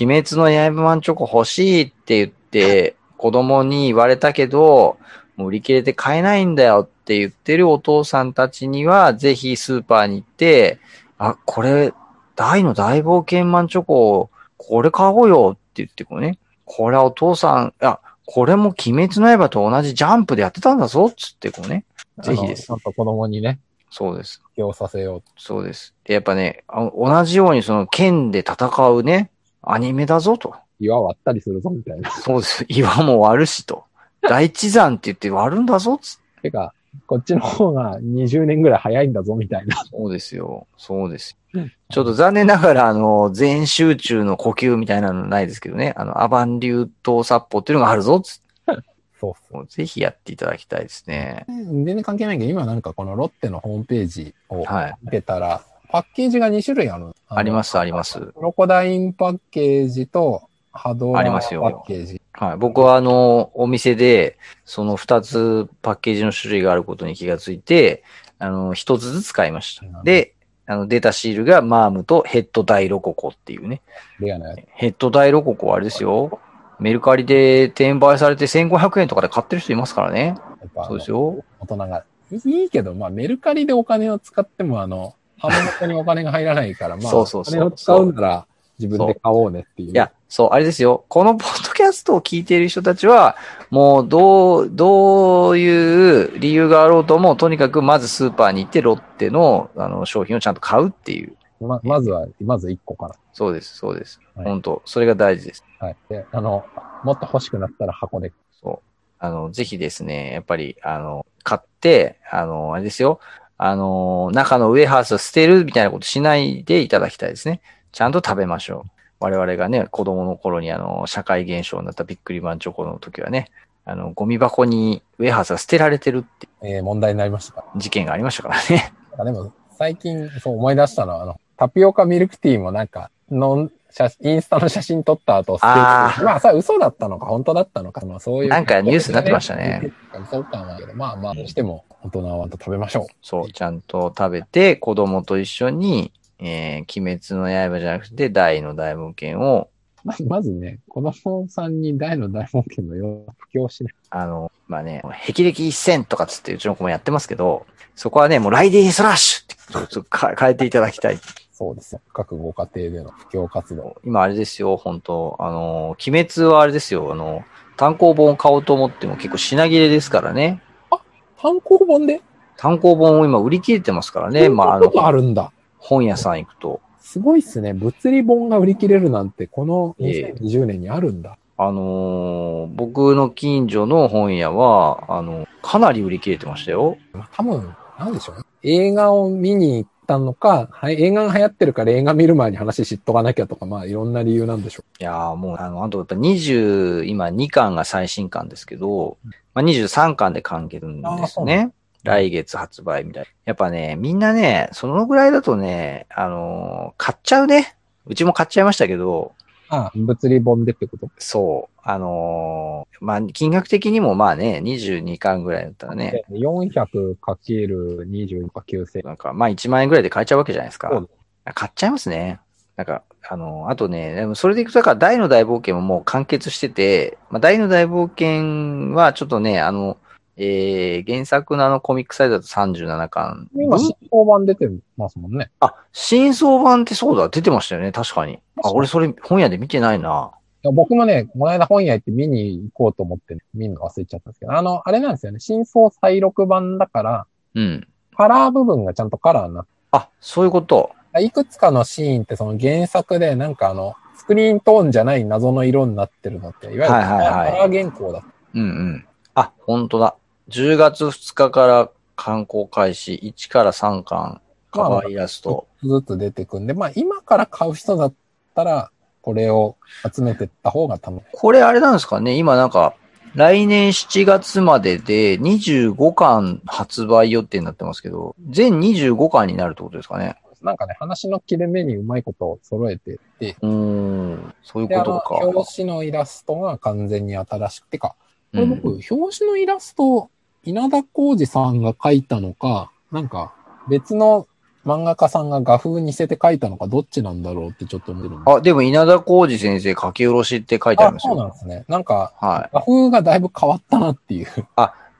Speaker 2: 鬼滅の刃マンチョコ欲しいって言って、子供に言われたけど、もう売り切れて買えないんだよって言ってるお父さんたちには、ぜひスーパーに行って、あ、これ、大の大冒険マンチョコ、これ買おうよって言ってこうね、これはお父さん、あ、これも鬼滅の刃と同じジャンプでやってたんだぞっつってこうね、ぜひです
Speaker 1: あ。のちゃんと子供にね、
Speaker 2: そうです。
Speaker 1: 起用させようと。
Speaker 2: そうです。で、やっぱね、あ同じようにその剣で戦うね、アニメだぞと。
Speaker 1: 岩割ったりするぞ、みたいな。
Speaker 2: そうです。 <laughs> 岩も割るしと。大地山って言って割るんだぞつって
Speaker 1: か、こっちの方が20年ぐらい早いんだぞ、みたいな。
Speaker 2: そうですよ。そうです。ちょっと残念ながら、あの、全集中の呼吸みたいなのないですけどね。あの、アバン流刀殺法っていうのがあるぞつって
Speaker 1: そうっす
Speaker 2: もうぜひやっていただきたいですね。
Speaker 1: ね。全然関係ないけど、今なんかこのロッテのホームページを
Speaker 2: はい。
Speaker 1: 見てたら、パッケージが2種類ある。。
Speaker 2: ありますす、あります。
Speaker 1: クロコダインパッケージと、波動
Speaker 2: あ
Speaker 1: パ
Speaker 2: りますよ
Speaker 1: ッケージ。
Speaker 2: はい。僕はあの、お店で、その二つパッケージの種類があることに気がついて、あの、一つずつ買いました
Speaker 1: なる。ほど
Speaker 2: で、あの、出たシールがマームとヘッド大ロココっていうね。
Speaker 1: レアなやつ。
Speaker 2: ヘッド大ロココはあれですよ。メルカリで転売されて1500円とかで買ってる人いますからね。
Speaker 1: やっぱあ
Speaker 2: そう
Speaker 1: の
Speaker 2: ですよ。
Speaker 1: 大人が。いいけど、まあ、メルカリでお金を使っても、あの、浜元にお金が入らないから、まあ、
Speaker 2: そうそうそう
Speaker 1: お金を使うんなら自分で買おうねっていう。
Speaker 2: いや、そう、あれですよ。このポッドキャストを聞いている人たちは、もう、どう、どういう理由があろうとも、とにかくまずスーパーに行って、ロッテの、あの、商品をちゃんと買うっていう。
Speaker 1: ま、まずは、まず1個から。
Speaker 2: そうです、そうです。
Speaker 1: はい
Speaker 2: 本当それが大事です。
Speaker 1: はい。で、あの、もっと欲しくなったら箱で。
Speaker 2: そう。あの、ぜひですね、やっぱり、あの、買って、あの、あれですよ。あのー中のウェハースを捨てるみたいなことしないでいただきたいですね。ちゃんと食べましょう。我々がね、子供の頃にあの、社会現象になったビックリマンチョコの時はね、あの、ゴミ箱にウェハースが捨てられてるって
Speaker 1: えー問題になりましたか
Speaker 2: 事件がありましたからね。
Speaker 1: あでも、最近、そう思い出したのは、あの、タピオカミルクティーもなんか、のん、写インスタの写真撮った後、捨てる
Speaker 2: あー
Speaker 1: まあ、それは嘘だったのか、本当だったのか、まあ、そういう。
Speaker 2: なんかニュースになってまし
Speaker 1: <laughs>
Speaker 2: たね。
Speaker 1: そうかもだけど、まあまあ、しても、大人はと食べましょう。
Speaker 2: そう、ちゃんと食べて、子供と一緒に、えー、鬼滅の刃じゃなくて、大の大冒険を、
Speaker 1: ままずね、子供さんに大の大冒険のよう布教しない。
Speaker 2: あの、まあね、霹靂一戦とかつってうちの子もやってますけど、そこはね、もうライディースラッシュってちょっとか変えていただきたい。
Speaker 1: そうですよ。各ご家庭での布教活動。
Speaker 2: 今あれですよ、本当あの、鬼滅はあれですよ、あの、単行本を買おうと思っても結構品切れですからね。
Speaker 1: 単行本で
Speaker 2: 単行本を今売り切れてますからね。まあ、あ
Speaker 1: こんなことあ
Speaker 2: の、
Speaker 1: るんだ。
Speaker 2: 本屋さん行くと。
Speaker 1: すごいっすね。物理本が売り切れるなんて、この
Speaker 2: ええ
Speaker 1: 2020年にあるんだ。
Speaker 2: あのー僕の近所の本屋は、あの、かなり売り切れてましたよ。
Speaker 1: まあ、多分、なんでしょうね。映画を見に行ったのか、はい、映画が流行ってるから映画見る前に話知っとかなきゃとか、まあいろんな理由なんでしょ
Speaker 2: いやーもう、あの、あとやっぱ20、今2巻が最新巻ですけど、まあ、23巻で完結なん
Speaker 1: あ
Speaker 2: で
Speaker 1: ー
Speaker 2: す
Speaker 1: そうな
Speaker 2: ね。来月発売みたい。やっぱね、みんなね、そのぐらいだとね、あのー買っちゃうね。うちも買っちゃいましたけど、
Speaker 1: う。ああ、物理本でってこと
Speaker 2: そう、あのーまあ、金額的にもまあね、22巻ぐらいだったらね、
Speaker 1: 400×22×9000。
Speaker 2: なんか、まあ1万円ぐらいで買えちゃうわけじゃないですか
Speaker 1: そうで。
Speaker 2: 買っちゃいますね。なんか、あの、あとね、でもそれでいくと、だから大の大冒険ももう完結してて、まあ、大の大冒険はちょっとね、あの、えー、原作のあのコミックサイズだと37巻。
Speaker 1: 今、新行版出てますもんね。
Speaker 2: あ、新装版ってそうだ、出てましたよね、確かに。あ、
Speaker 1: そう
Speaker 2: 俺それ本屋で見てないな。
Speaker 1: いや僕もね、この間本屋行って見に行こうと思って、ね、見るの忘れちゃったんですけど、あの、あれなんですよね。真相再録版だから、
Speaker 2: うん。
Speaker 1: カラー部分がちゃんとカラーになって
Speaker 2: あ、そういうこと。
Speaker 1: いくつかのシーンってその原作でなんかあの、スクリーントーンじゃない謎の色になってるのって、いわゆるカ
Speaker 2: はいはいはい
Speaker 1: ラー原稿だっ
Speaker 2: うんうん。あ、本当だ。10月2日から観光開始、1から3巻、かわいいイラスト。
Speaker 1: たずつ出てくんで、まあ今から買う人だったら、これを集めてった方が楽しい。
Speaker 2: これあれなんですかね今なんか、来年7月までで25巻発売予定になってますけど、全25巻になるってことですかね
Speaker 1: なんかね、話の切れ目にうまいことを揃えてって、
Speaker 2: うーん、そういう
Speaker 1: で、
Speaker 2: こ
Speaker 1: あ
Speaker 2: と
Speaker 1: の、
Speaker 2: か。
Speaker 1: 表紙のイラストが完全に新しくてか、こ
Speaker 2: う
Speaker 1: れ
Speaker 2: ん
Speaker 1: 僕、表紙のイラスト、稲田浩二さんが描いたのか、なんか別の漫画家さんが画風にせて描いたのか、どっちなんだろうってちょっと思ってるんです
Speaker 2: あ、でも稲田浩二先生書き下ろしって書いてあります
Speaker 1: そうな
Speaker 2: よ
Speaker 1: ん。ですね。なんか、
Speaker 2: はい。
Speaker 1: 画風がだいぶ変わったなっていう。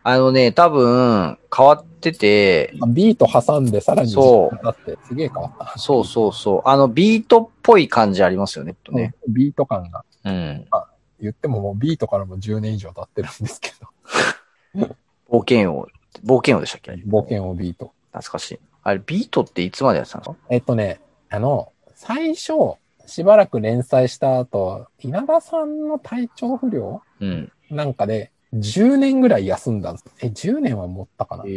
Speaker 2: あのね、多分変わってて、
Speaker 1: ビート挟んでさらに時間が経って、すげえ変わった。
Speaker 2: そうそうそう。あのビートっぽい感じありますよね、きっとね。
Speaker 1: うんビート感が、
Speaker 2: うん。
Speaker 1: 言ってももうビートからも10年以上経ってるんですけ <laughs> ど、
Speaker 2: 冒険王。冒険王でしたっけ
Speaker 1: 冒険をビート。
Speaker 2: 懐かしい。あれ、ビートっていつまでやってたんですか
Speaker 1: えっとね、あの、最初、しばらく連載した後、稲田さんの体調不良
Speaker 2: うん。
Speaker 1: なんかで、10年ぐらい休んだんです。え、10年は持ったかな
Speaker 2: え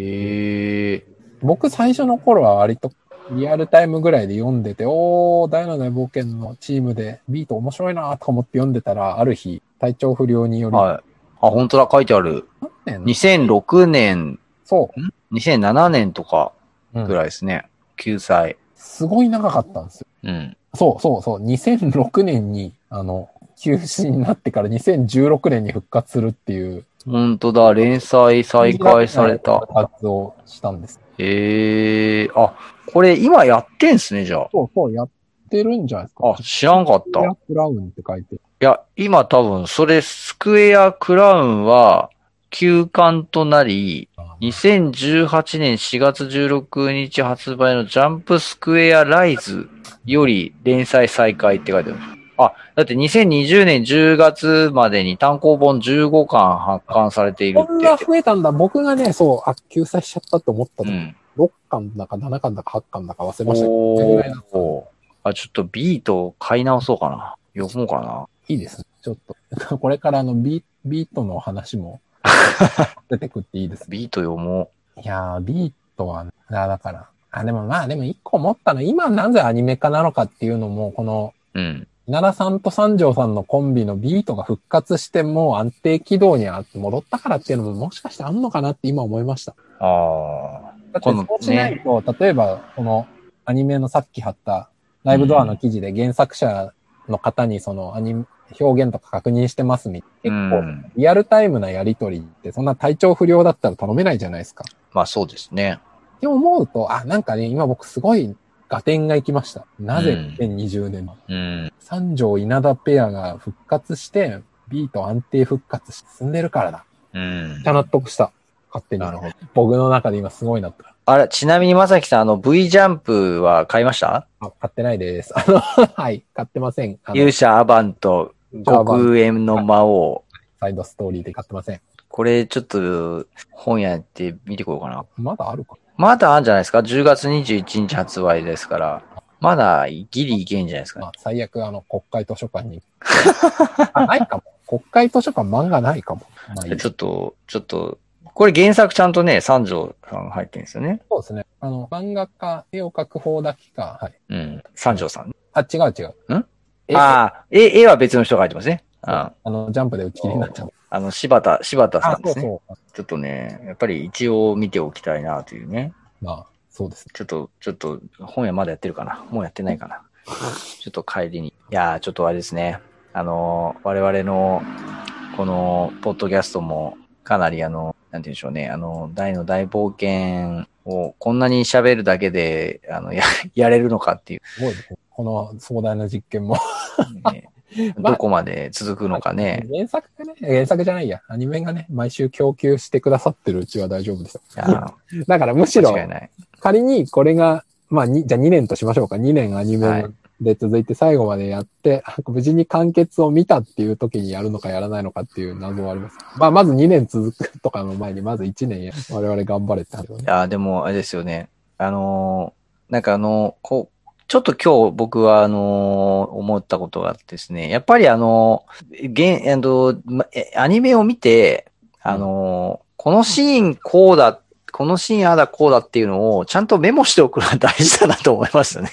Speaker 2: えー。
Speaker 1: 僕最初の頃は割とリアルタイムぐらいで読んでて、おー、大の大冒険のチームでビート面白いなと思って読んでたら、ある日、体調不良により、
Speaker 2: はい。あ、本当だ、書いてある。
Speaker 1: 何年
Speaker 2: 2006年、
Speaker 1: そ
Speaker 2: 2007年とか
Speaker 1: う、
Speaker 2: ぐらいですね。救済。
Speaker 1: すごい長かったんですよ。
Speaker 2: うん。
Speaker 1: そうそうそう、2006年に、あの、休止になってから2016年に復活するっていう、
Speaker 2: 本当だ、連載再開された。
Speaker 1: 活動をしたんです。
Speaker 2: へえー。あ、これ今やってんすね、じゃ
Speaker 1: そうそう、やってるんじゃないです
Speaker 2: あ。
Speaker 1: か
Speaker 2: あ、。知らんかった。
Speaker 1: ブ
Speaker 2: い
Speaker 1: ラクラウンって書いてる。
Speaker 2: や、今多分、それ、スクエアクラウンは、休刊となり、2018年4月16日発売のジャンプスクエアライズより連載再開って書いてある。あ、だって2020年10月までに単行本15巻発刊されている
Speaker 1: こんな
Speaker 2: って。
Speaker 1: 増えたんだ。僕がね、そう、あ、救済しちゃったと思った
Speaker 2: う
Speaker 1: の。
Speaker 2: ん。
Speaker 1: 6巻だか7巻だか8巻だか忘れましたけど
Speaker 2: おー。あ、ちょっとビートを買い直そうかな。読もうかな。
Speaker 1: いいですね。ちょっと。 <laughs> これからあのビ
Speaker 2: <laughs>
Speaker 1: ビートの話も出てくっていいですね。
Speaker 2: ビート読も
Speaker 1: いやー、ビーとは、あだから、あ、でもまあ、でも一個思ったの、今なぜアニメ化なのかっていうのも、この、
Speaker 2: うん。
Speaker 1: 奈良さんと三条さんのコンビのビートが復活して、もう安定軌道にあって戻ったからっていうのも、もしかしてあんのかなって今思いました。
Speaker 2: あ
Speaker 1: だって
Speaker 2: このね
Speaker 1: そうしないと、例えば、このアニメのさっき貼ったライブドアの記事で原作者の方にそのアニメ、表現とか確認してますみたいな。
Speaker 2: あ。
Speaker 1: 結構、
Speaker 2: うん
Speaker 1: リアルタイムなやりとりって、そんな体調不良だったら頼めないじゃないですか。
Speaker 2: まあそうですね。
Speaker 1: って思うと、あ、なんかね、今僕すごい合点が行きました。なぜ2020年、
Speaker 2: うん。
Speaker 1: 三条稲田ペアが復活して、ビート安定復活し、進んでるからだ。
Speaker 2: うん
Speaker 1: めっち。ゃ納得した。勝手に。
Speaker 2: なるほど。
Speaker 1: 僕の中で今すごいなった。
Speaker 2: あれ、ちなみにまさきさん、あの V ジャンプは買いました
Speaker 1: あ、買ってないです。あの、 <laughs> はい、買ってません。あの
Speaker 2: 勇、者アバンと極縁の魔王。
Speaker 1: サイドストーリーで買ってません。
Speaker 2: これちょっと本屋行って見てこようかな。
Speaker 1: まだあるか
Speaker 2: まだあるんじゃないですか ?10 月21日発売ですから。まだギリいけんじゃないですか、
Speaker 1: まあ、最悪、あの、国会図書館
Speaker 2: <laughs>
Speaker 1: に。あ、ないかも。国会図書館漫画ないかも。まあ、いい
Speaker 2: ちょっと、ちょっと、これ原作ちゃんとね、三条さん入ってるんですよね。
Speaker 1: そうですね。あの、漫画家、絵を描く方だけか。はい。
Speaker 2: うん。三条さん。
Speaker 1: あ、違う違う。
Speaker 2: ん
Speaker 1: え
Speaker 2: ああ、絵、絵は別の人が入ってますね。うん。
Speaker 1: あの、ジャンプで打ち切りになっちゃう。
Speaker 2: あの、柴田、柴田さ
Speaker 1: あ、
Speaker 2: んで
Speaker 1: そう
Speaker 2: すね。
Speaker 1: そう。
Speaker 2: ちょっとね、やっぱり一応見ておきたいなというね。
Speaker 1: まあ、そうですね。
Speaker 2: ちょっと、ちょっと、本屋まだやってるかなもうやってない
Speaker 1: <laughs>
Speaker 2: かなちょっと帰りに。いやー、ちょっとあれですね。あのー我々の、この、ポッドキャストも、かなりあの、なんて言うんでしょうね。あの、大の大冒険を、こんなに喋るだけで、あの、や、やれるのかっていう、
Speaker 1: すごいですね。この壮大な実験も。 <laughs>
Speaker 2: ね
Speaker 1: まあ
Speaker 2: どこまで続くの
Speaker 1: <laughs>
Speaker 2: かね。
Speaker 1: 原作がね、原作じゃないや。アニメがね、毎週供給してくださってるうちは大丈夫ですよ。
Speaker 2: いや
Speaker 1: だからむし
Speaker 2: ー
Speaker 1: ろ、
Speaker 2: 間違いない。
Speaker 1: 仮にこれが、まあ、にじゃあ2年としましょうか。2年アニ
Speaker 2: は
Speaker 1: メ
Speaker 2: い
Speaker 1: で続いて最後までやって、 <laughs> 無事に完結を見たっていう時にやるのかやらないのかっていう謎はあります。まあ、まず2年続くとかの前に、まず1年や我々頑張れってあるよ
Speaker 2: い
Speaker 1: ね。
Speaker 2: やー、でも、あれですよね。あのーなんかあのーこう、ちょっと今日僕はあのー思ったことがあってですね、やっぱりあのーげん、あのーまえアニメを見て、あのーこのシーンこうだ、このシーンああだこうだっていうのをちゃんとメモしておくのは大事だなと思いましたね。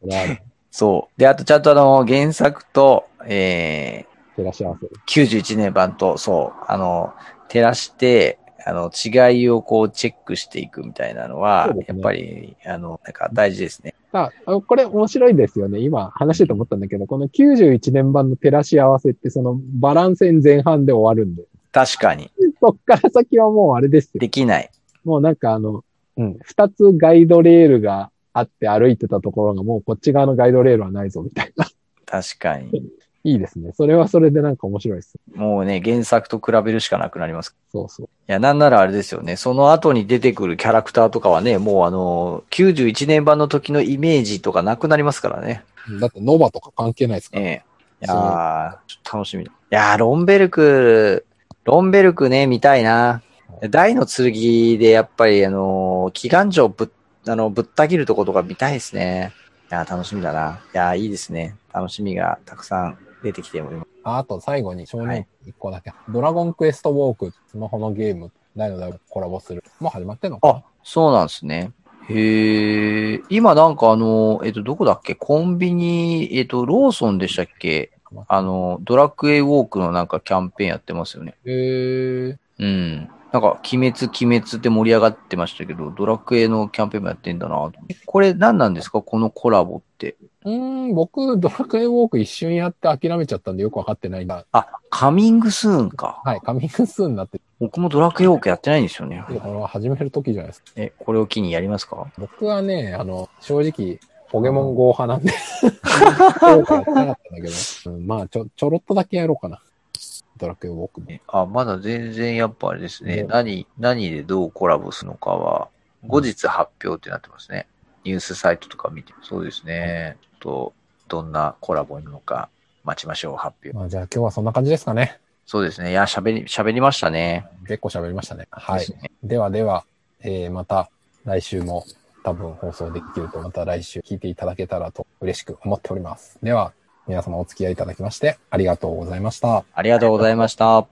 Speaker 1: これはある
Speaker 2: そう。で、あとちゃんとあのー原作と、えー、
Speaker 1: 照らし合わせる。
Speaker 2: 91年版と、そう、あの、照らして、あの、違いをこうチェックしていくみたいなのは、
Speaker 1: そうです
Speaker 2: や
Speaker 1: ね
Speaker 2: っぱり、あの、なんか大事ですね。
Speaker 1: あ、あこれ面白いですよね。今話してて思ったんだけど、この91年版の照らし合わせってそのバランス戦前半で終わるんで、
Speaker 2: 確かに。
Speaker 1: そっから先はもうあれですよ。
Speaker 2: できない。
Speaker 1: もうなんかあの、うん、二つガイドレールがあって歩いてたところがもうこっち側のガイドレールはないぞみたいな。
Speaker 2: 確かに。
Speaker 1: <laughs> いいですね。それはそれでなんか面白いです。
Speaker 2: もうね、原作と比べるしかなくなります。
Speaker 1: そうそう。
Speaker 2: いや、なんならあれですよね。その後に出てくるキャラクターとかはね、もうあの、91年版の時のイメージとかなくなりますからね。
Speaker 1: だってノバとか関係ないですから。
Speaker 2: ええ。いやーちょっと楽しみだ。いやーロンベルク、ロンベルクね、見たいな。大の剣でやっぱり、あのー、祈願城ぶっ、あの、ぶった切るとことか見たいですね。いやー楽しみだな。いやーいいですね。楽しみがたくさん出てきております。
Speaker 1: ああと最後に少
Speaker 2: は
Speaker 1: 年
Speaker 2: い
Speaker 1: 一個だけ、ドラゴンクエストウォーク、スマホのゲーム、大の大のコラボする。もう始まってんのか
Speaker 2: あ、そうなんですね。へえ、今なんかあのー、えっと、どこだっけコンビニ、えっと、ローソンでしたっけあのー、ドラクエウォークのなんかキャンペーンやってますよね。
Speaker 1: へー。
Speaker 2: うん。なんか、鬼滅、鬼滅って盛り上がってましたけど、ドラクエのキャンペーンもやってんだなとえこれ何なんですかこのコラボって。
Speaker 1: うーん、僕、ドラクエウォーク一瞬やって諦めちゃったんでよくわかってないな。
Speaker 2: あ、カミングスーンか。
Speaker 1: はい、カミングスーンになって
Speaker 2: 僕もドラクエウォークやってないんですよね。
Speaker 1: るこれは始める時じゃないですか。
Speaker 2: え、これを機にやりますか
Speaker 1: 僕はね、あの、正直、ポケモン GO 派なんで、
Speaker 2: <laughs>
Speaker 1: 多くやってなかったんだけど、うんまあちょ、ちょろっとだけやろうかな。ドラクエウォークで。
Speaker 2: えあ、まだ全然やっぱあれですね。
Speaker 1: ね
Speaker 2: 何、何でどうコラボするのかは、後日発表ってなってますね。ニュースサイトとか見て。そうですね。と、どんなコラボになるのか、待ちましょう、発表。
Speaker 1: まあ、じゃあ今日はそんな感じですかね。
Speaker 2: そうですね。いや、喋り、喋りましたね。
Speaker 1: 結構喋りましたね。は
Speaker 2: です
Speaker 1: い。
Speaker 2: ね
Speaker 1: ではでは、えー、また来週も多分放送できると、また来週聞いていただけたらと嬉しく思っております。では、皆様お付き合いいただきましてありがとうございました。
Speaker 2: ありがとうございました。